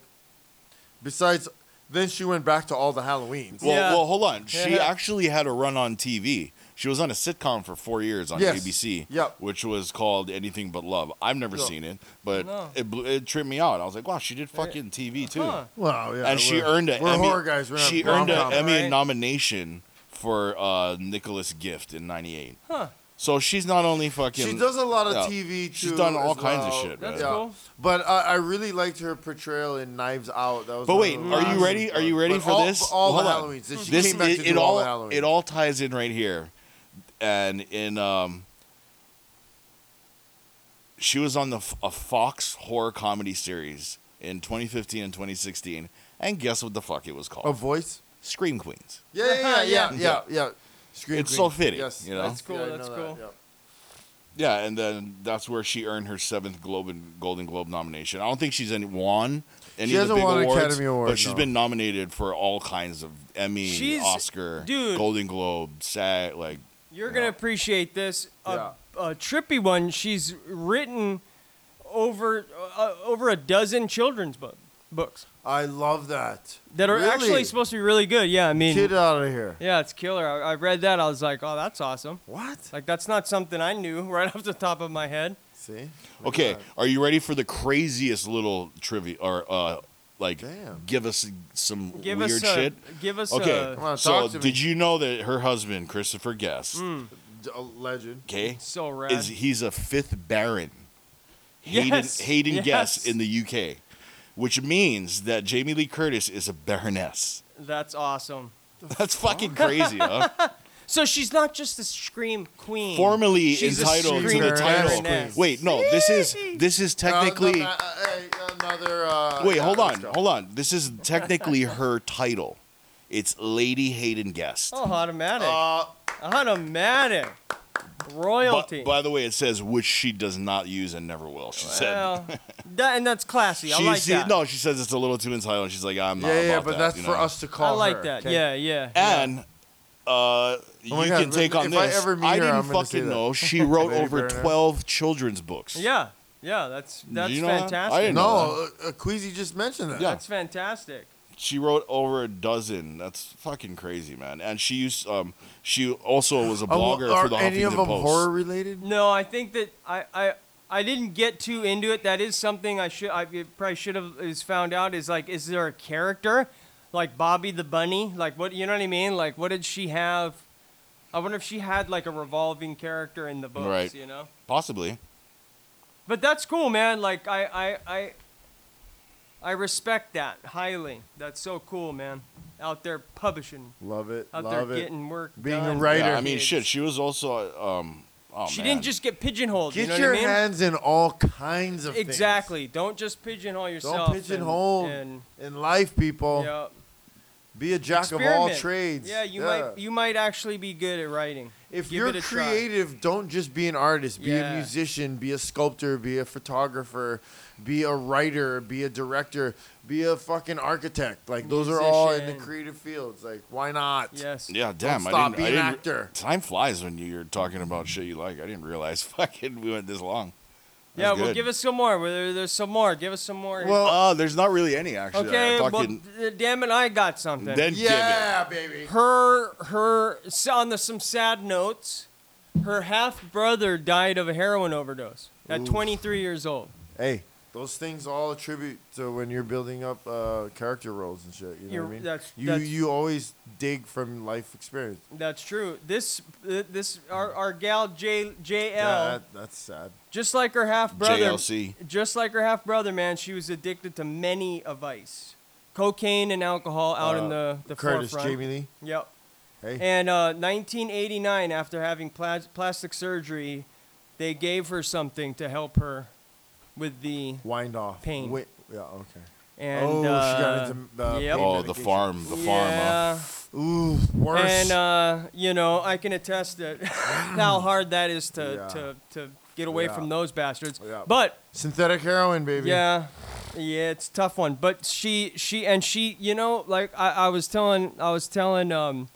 besides, then she went back to all the Halloweens.
well, well, hold on. She
Yeah.
actually had a run on TV. She was on a sitcom for four years on
Yes.
ABC,
Yep.
which was called Anything But Love. I've never
No.
seen it, but
No.
it, blew, it tripped me out. I was like, wow, she did fucking TV too.
Huh. Wow, yeah,
And she
we're-
earned an
we're
Emmy.
horror guys, we're not
she earned an
rom-com.
Emmy
Right.
nomination for uh, Nicholas Gift in '98.
Huh.
So she's not only fucking.
She does a lot of
yeah,
TV too.
She's done all
as
kinds
well.
of shit, man.
Yeah. But I, I really liked her portrayal in Knives Out. That was
But
one
wait,
of the
are you
last
ready?
ones.
Are you ready
But
for
all,
this?
All
Hold
the
on.
Halloweens. She
This-
came back
it,
to
it
do all,
all
the Halloweens.
it all ties in right here, and in um, she was on the f- a Fox horror comedy series in 2015 and 2016, and guess what the fuck it was called?
A voice.
Scream Queens.
Yeah, yeah, yeah, yeah, yeah.
Yeah.
yeah. Scream
It's
Queen.
so fitting,
Yes,
you know? That's cool,
Yeah, I
that's
know
cool.
That, yeah.
Yeah, and then that's where she earned her seventh Globe and Golden Globe nomination. I don't think she's any won any
She
of the
hasn't
big
won an
awards,
Academy Award,
but she's
no.
been nominated for all kinds of Emmy,
She's-
Oscar,
dude.
Golden Globe, SAG, like
You're gonna appreciate this. A, a trippy one. She's written over uh, over a dozen children's book, books
I love that.
that are
Really?
actually supposed to be really good. Yeah, I mean,
Get out of here.
yeah, it's killer. I, I read that. I was like, oh, that's awesome.
What?
Like that's not something I knew right off the top of my head.
See.
Okay, are you ready for the craziest little trivia or uh like give us some
Give us
weird
a-
shit?
give us
Okay.
a- Come on,
so
talk to me.
did you know that her husband Christopher Guest,
Hmm.
D- a legend.
okay?
So rad.
Is he's a fifth baron. Hayden
Yes,
Hayden
yes.
Guest in the UK, which means that Jamie Lee Curtis is a baroness.
That's awesome.
That's fucking crazy, huh?
So she's not just a scream queen.
Formally
She's a
entitled to
scream
the title.
baroness.
Wait, no, this is this is
No, no,
technically
no, uh, hey, uh, another. Uh,
Wait, hold on, hold on. This is technically her title. It's Lady Hayden Guest.
Oh,
Uh,
automatic.
Uh,
automatic. Royalty.
But, by the way, it says which she does not use and never will. She
well,
said.
that, and that's classy. I
She-
like
she-
that.
No, she says it's a little too entitled. She's like, I'm not.
Yeah, yeah,
about
but
that,
that's
you
for
know?
us to call
I like her, that. okay? Yeah, yeah, yeah.
And uh, you
Oh my God,
can take on
if I
this.
ever meet her,
didn't
I'm gonna say
fucking
that.
know. She wrote
Lady
over
Verna.
12 children's books.
Yeah, yeah, that's that's
you know that? I
fantastic.
didn't know
no, uh, uh, Queasy just mentioned that.
Yeah.
That's fantastic.
She wrote over a dozen. That's fucking crazy, man. And she used um she also was a
Uh, well,
blogger
are
for the
any
Huffington
of them
Post.
horror related?
No, I think that I, I I didn't get too into it. That is something I should I it probably should have is found out is like is there a character like Bobby the Bunny? Like what you know what I mean? Like what did she have? I wonder if she had like a revolving character in the books,
right.
you know.
Possibly.
But that's cool, man. Like I I I I respect that highly. That's so cool, man. Out there publishing.
Love it.
Out
love
there
it.
getting work
Being
done.
a writer.
Yeah, I mean, shit. She was also um. Oh
she
man.
didn't just get pigeonholed.
Get
you know
your
what I mean?
hands in all kinds of things.
exactly. Don't just pigeonhole yourself.
Don't
and-
pigeonhole
and-
in life, people.
yeah.
Be a jack of all
Experiment.
trades.
Yeah, you
Yeah.
might you might actually be good at writing.
If
Give it
you're
a try.
creative, don't just be an artist. Be
Yeah.
a musician. Be a sculptor. Be a photographer. Be a writer. Be a director. Be a fucking architect. Like those are all in the
Musician.
creative fields. Like why not?
Yes.
Yeah,
Don't
damn.
Stop
I didn't,
being
I didn't,
an actor.
Time flies when you're talking about shit you like. I didn't realize fucking we went this long. That
yeah,
was
well,
good.
give us some more. Well, there- There's some more. Give us some more.
Well, uh, there's not really any actually.
okay.
I
Well,
fucking,
d- damn it, I got something.
Then give it. Yeah,
baby.
Her her s- on the some sad notes. Her half brother died of a heroin overdose at
Oof.
23 years old.
Hey, those things all attribute to when you're building up uh, character roles and shit. You know
You're-
what I mean?
that's-
you
that's-
you always dig from life experience.
That's true. This uh, this our, our gal J JL.
Yeah, that, that's sad.
Just like her half brother.
JLC.
Just like her half brother, man, she was addicted to many a vice. Cocaine and alcohol out in the, the
Uh, Curtis
forefront.
Jamie Lee.
Yep.
Hey.
And uh, 1989, after having pla- plastic surgery, they gave her something to help her with the
Wind off.
pain.
Wait, yeah, okay.
And,
oh, she
uh,
got into the
yep.
pain
Oh, the
medication.
farm, the
Yeah.
farm.
Ooh, worse.
And uh, you know, I can attest that how hard that is to
Yeah.
to, to get away
Yeah.
from those bastards.
Yeah.
But
synthetic heroin, baby.
Yeah, yeah, it's a tough one. But she, she, and she, you know, like I, I was telling, I was telling, um,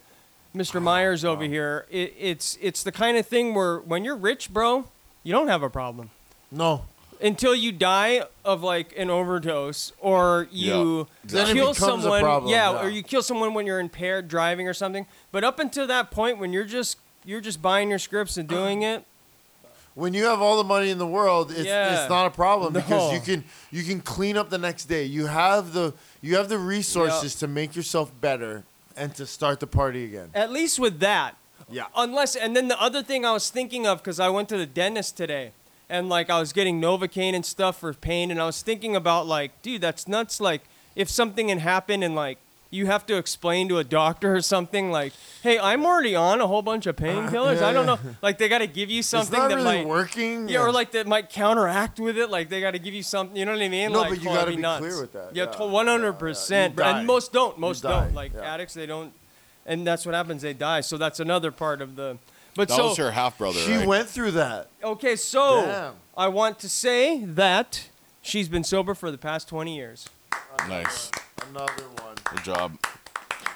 Mr. Myers
Oh.
over here, it, it's, it's the kind of thing where when you're rich, bro, you don't have a problem
No.
until you die of like an overdose or you
Yeah. Then it
kill
becomes a
someone.
problem,
yeah,
yeah.
or you kill someone when you're impaired driving or something. But up until that point, when you're just, you're just buying your scripts and doing it.
When you have all the money in the world, it's,
Yeah.
it's not a problem because
No.
you can you can clean up the next day. You have the you have the resources to make yourself better and to start the party again.
At least with that.
Yeah.
Unless, and then the other thing I was thinking of, because I went to the dentist today and like I was getting Novocaine and stuff for pain, and I was thinking about like, dude, that's nuts. Like, if something had happened and like you have to explain to a doctor or something, like, hey, I'm already on a whole bunch of painkillers. I don't know. Like, they got to give you something
not
that
really
might.
working.
Yeah, or like that might counteract with it. Like they got to give you something. You know what I mean?
No,
like,
but you
oh,
gotta
it'd
be
nuts.
clear with that.
Yeah,
Yeah,
one hundred percent.
yeah, yeah. You
And
die.
most don't.
You
Most
die,
don't. Like
yeah.
addicts, they don't. And that's what happens. They die. So that's another part of the. But
That
so
was her half brother.
she
right?
went through that.
okay, so
Damn.
I want to say that she's been sober for the past twenty years.
Nice.
Another one.
Good job.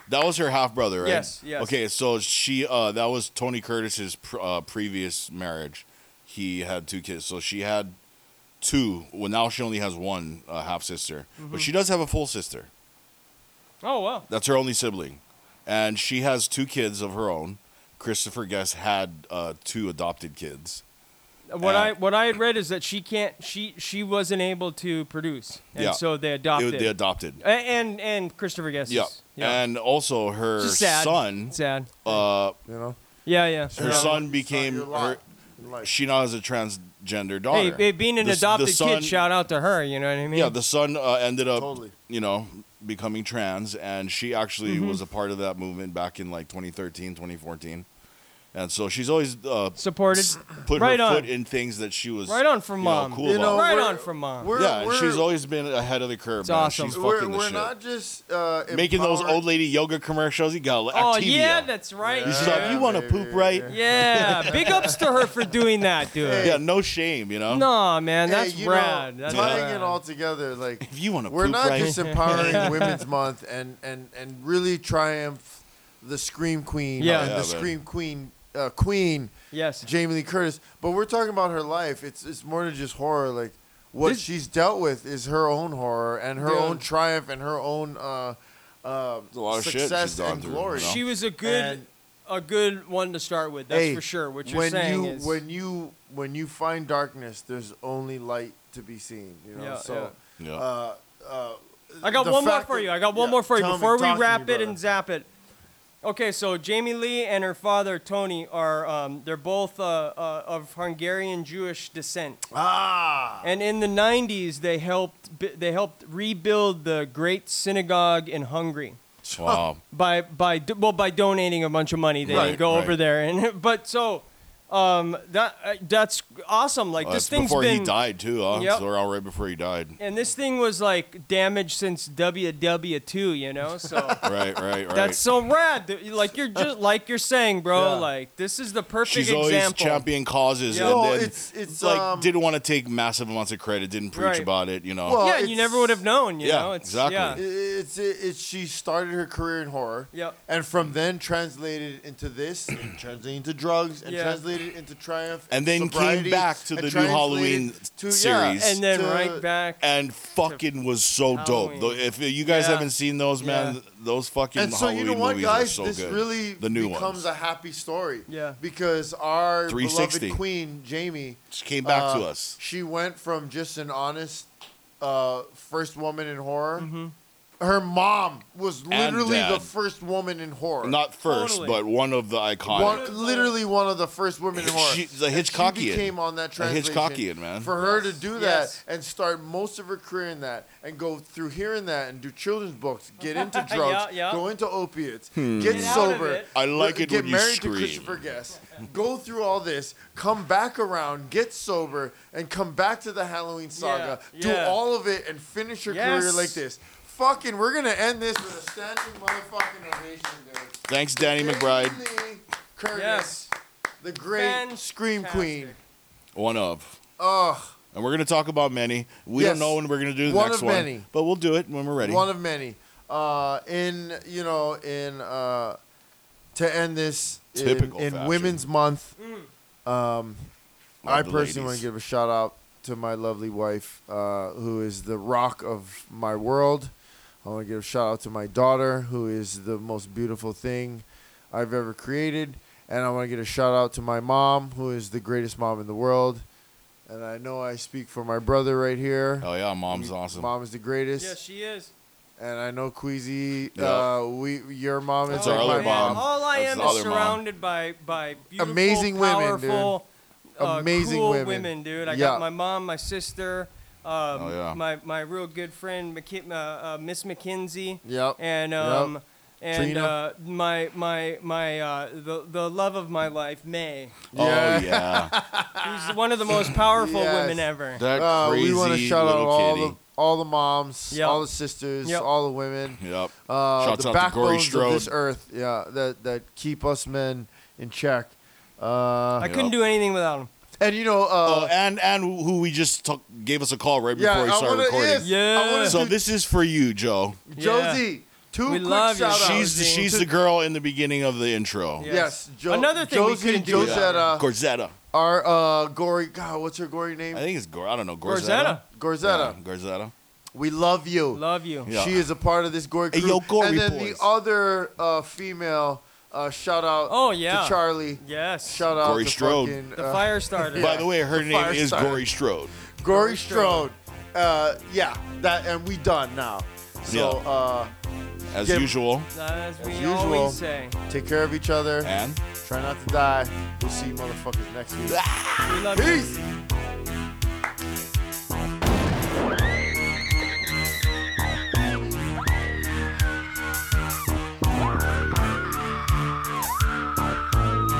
That was her half brother, right?
Yes, yes.
Okay, so she uh, that was Tony Curtis's pr- uh, previous marriage. He had two kids, so she had two. Well, now she only has one uh, half sister,
Mm-hmm.
but she does have a full sister.
Oh wow.
That's her only sibling, and she has two kids of her own. Christopher Guest had uh, two adopted kids.
What
Uh,
I what I had read is that she can't. She she wasn't able to produce, and
Yeah.
so they
They-
adopted.
They adopted.
A- and and Christopher Guest.
Yeah. and also her
Just sad.
son.
Sad.
Uh,
You know,
Yeah, yeah.
her
yeah.
son became her, she now has a transgender daughter.
Hey, hey, being an
The s- the
adopted
son-
kid, shout out to her. You know what I mean?
Yeah, the son uh, ended up,
Totally.
you know, becoming
Mm-hmm.
trans, and she actually was a part of that movement back in like 2013, 2014. And so she's always uh,
supported,
put
Right
her
on.
foot in things that she was
Right on from
you know,
mom.
cool
You know,
about.
Right we're- on from mom. we're-
yeah, and
we're-
she's always been ahead of the curve.
It's
man.
awesome.
She's
We're,
fucking the
we're
shit.
not just uh,
Making those
empowered-
old lady yoga commercials, you got
Oh yeah, that's right.
You, saw, you want to poop, right?
Yeah, big ups to her for doing that, dude.
Yeah, no shame, you know.
No, man,
Hey,
that's
you know,
rad. that's
tying
rad.
it all together, like
if you want to,
we're
poop,
not
right?
just empowering Women's Month and and and really triumph the scream queen,
Yeah.
and
Yeah,
the
man.
scream queen, uh, queen,
yes,
Jamie Lee Curtis. But we're talking about her life. It's it's more than just horror. Like what she's dealt with is her own horror and her
Yeah.
own triumph and her own. Uh, uh,
a lot of shit she's
success
gone
and
through,
glory.
you know?
She was a good,
And-
a good one to start with. That's
Hey,
for sure. What you're
when
saying
you,
is
when you when you find darkness, there's only light to be seen. You know,
Yeah,
so
yeah. Yeah.
Uh, uh,
I got
the
one more
fact
for
that-
you. I got one
yeah,
more for you
tell me,
before we
talk to
wrap
me,
it
brother.
and zap it. Okay, so Jamie Lee and her father Tony are um, they're both uh, uh, of Hungarian Jewish descent.
Ah.
And in the 90s, they helped bi- they helped rebuild the Great Synagogue in Hungary.
Wow.
by by do- well by donating a bunch of money they
Right,
go
right.
over there and but so um that uh, that's awesome like
Oh,
this
that's
thing's
before
been
he died too, huh?
Yep.
So we're all right before he died.
and this thing was like damaged since WW2 you know so
Right, right, right.
That's so rad. dude. Like you're just like you're saying, bro.
Yeah.
Like this is the perfect
She's
example.
always championing causes,
Yeah.
and
Well,
then
it's- it's,
like
um,
didn't want to take massive amounts of credit, didn't preach
Right.
about it, you know.
Well,
yeah, and you
it's-
never would have known. You
Oh, Yeah,
know, it's,
exactly.
Yeah.
It's, it's she started her career in horror.
Yep.
And from then translated into this, and translated into drugs, and
Yeah.
translated into triumph.
and then
sobriety,
came back to
and
the new
translated
Halloween
to- yeah,
series,
and then
to-
right back.
and fucking was so dope. Though, if you guys
Yeah.
haven't seen those, man,
Yeah.
those fucking
and so
Halloween
you know what,
movies
guys?
are so
this
good.
really
the new
becomes
ones.
a happy story.
Yeah.
Because our
360.
beloved queen Jamie uh,
She came back to us.
She went from just an honest uh, first woman in horror.
Mm-hmm.
Her mom was
And
literally the
dad.
first woman in horror.
Not first, but one of the iconic.
One, literally one of the first women in horror.
She- the
And She
Hitchcockian.
became on that
A
translation.
Hitchcockian, man.
For her to do that
Yes.
and start most of her career in that and go through hearing that and do children's books, get into drugs,
yeah.
go into opiates,
Hmm.
get,
Get out of
sober.
it. I like
w-
it
Get
when you
married
scream.
to Christopher Guest. Go through all this, come back around, get sober, and come back to the Halloween saga. Do
yeah.
all of it and finish your career
Yes.
like this. Fucking, we're gonna end this with a standing motherfucking ovation, dude.
Thanks, Danny McBride.
Lee Curtis,
Yes.
the great scream queen. Oh,
One of.
Ugh,
And we're gonna talk about many. We
Yes.
don't know when we're gonna do the
One
next
of
one,
many.
but we'll do it when we're ready.
one of many. Uh, in you know, in uh, to end this in-
Typical
in,
fashion.
Women's Month. Um, I
the
personally want
ladies.
to give a shout out to my lovely wife, uh, who is the rock of my world. I want to give a shout out to my daughter, who is the most beautiful thing I've ever created. And I want to give a shout out to my mom, who is the greatest mom in the world. And I know I speak for my brother right here.
Hell yeah, mom's awesome.
Mom is the greatest.
Yes, she is.
And I know Queasy,
Yeah.
uh, we your mom is
That's
like
our
my
other mom.
All I
That's
am
the
is
other mom.
surrounded by by beautiful,
Amazing women, dude.
powerful, uh,
Amazing
cool
women.
dude. I
Yeah.
got my mom, my sister, um,
Oh, yeah.
my my real good friend McKi- uh, uh, Miss McKenzie.
Yep.
And
Yep.
um, and
Trina.
uh, my my my uh, the the love of my life, May.
Oh yeah.
Who's one of the most powerful
Yes.
women ever.
That
Uh,
crazy
we want to shout out
little
all
kitty.
the all the moms,
Yep.
all the sisters,
Yep.
all the women.
Yep.
Uh,
Shouts
the
out to Corey
backbones of this
Strode.
earth, yeah, that that keep us men in check. Uh,
I couldn't do anything without him.
And you know,
Oh,
uh,
and and who we just took, gave us a call right
Yeah,
before we
I
started
wanna-
recording.
yes, I Yeah. wanna
So
do-
this is for you, Joe.
Josie, two
We
quick
love you,
shout outs.
She's the, she's the girl in the beginning of the intro.
Yeah.
yes. Jo-
Another thing we
Josie
couldn't do without
Josetta,
Gorzetta.
our uh, gory God, what's her gory
I
name?
think it's Gor. I don't know.
Gorzetta.
Gorzetta.
Gorzetta.
Yeah, Gorzetta.
We love you.
Love you.
Yeah.
She is a part of this gory
Hey,
crew.
yo, Gory
and then
boys.
the other uh, female uh, shout out.
Oh, yeah.
to Charlie.
Yes.
Shout out
Gory
to
Strode.
fucking,
the
uh,
fire starter.
By the way, her
The
name is
Firestarter.
Gory Strode.
Gory Strode. Uh, yeah, that and we done now. So
Yeah.
uh,
As
Give-
usual.
As we
as usual,
always say,
take care of each other.
And
Try not to die. We'll see you motherfuckers next week.
we love you.
Peace.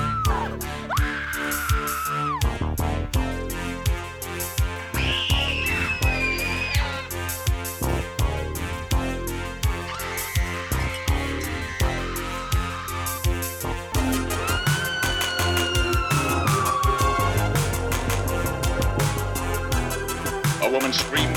Thank
and scream.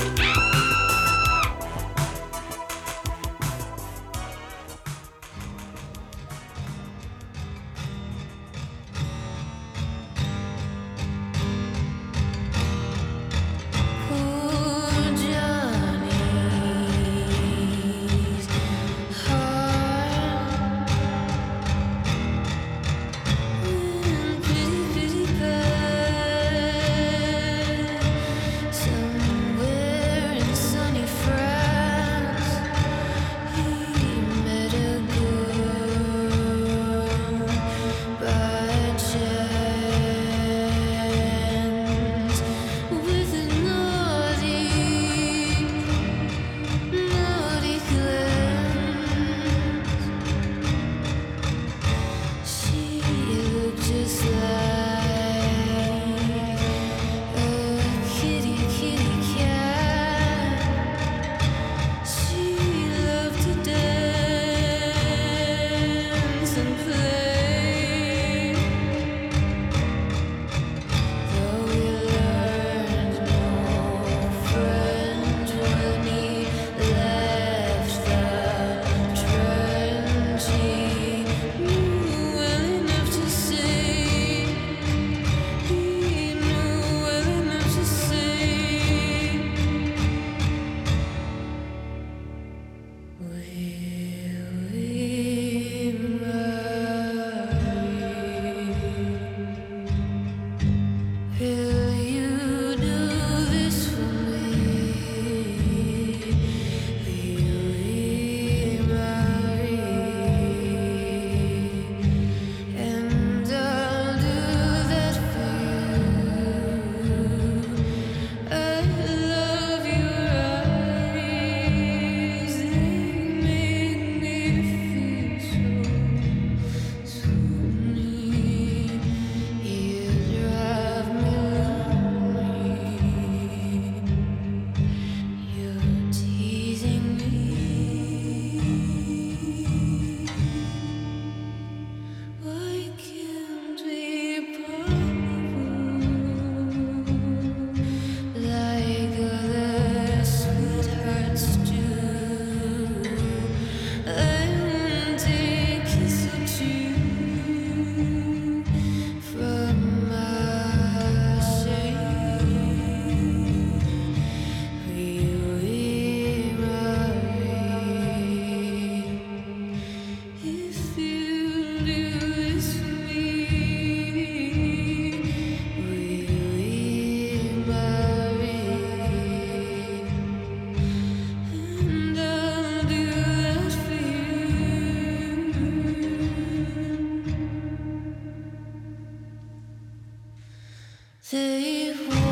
They want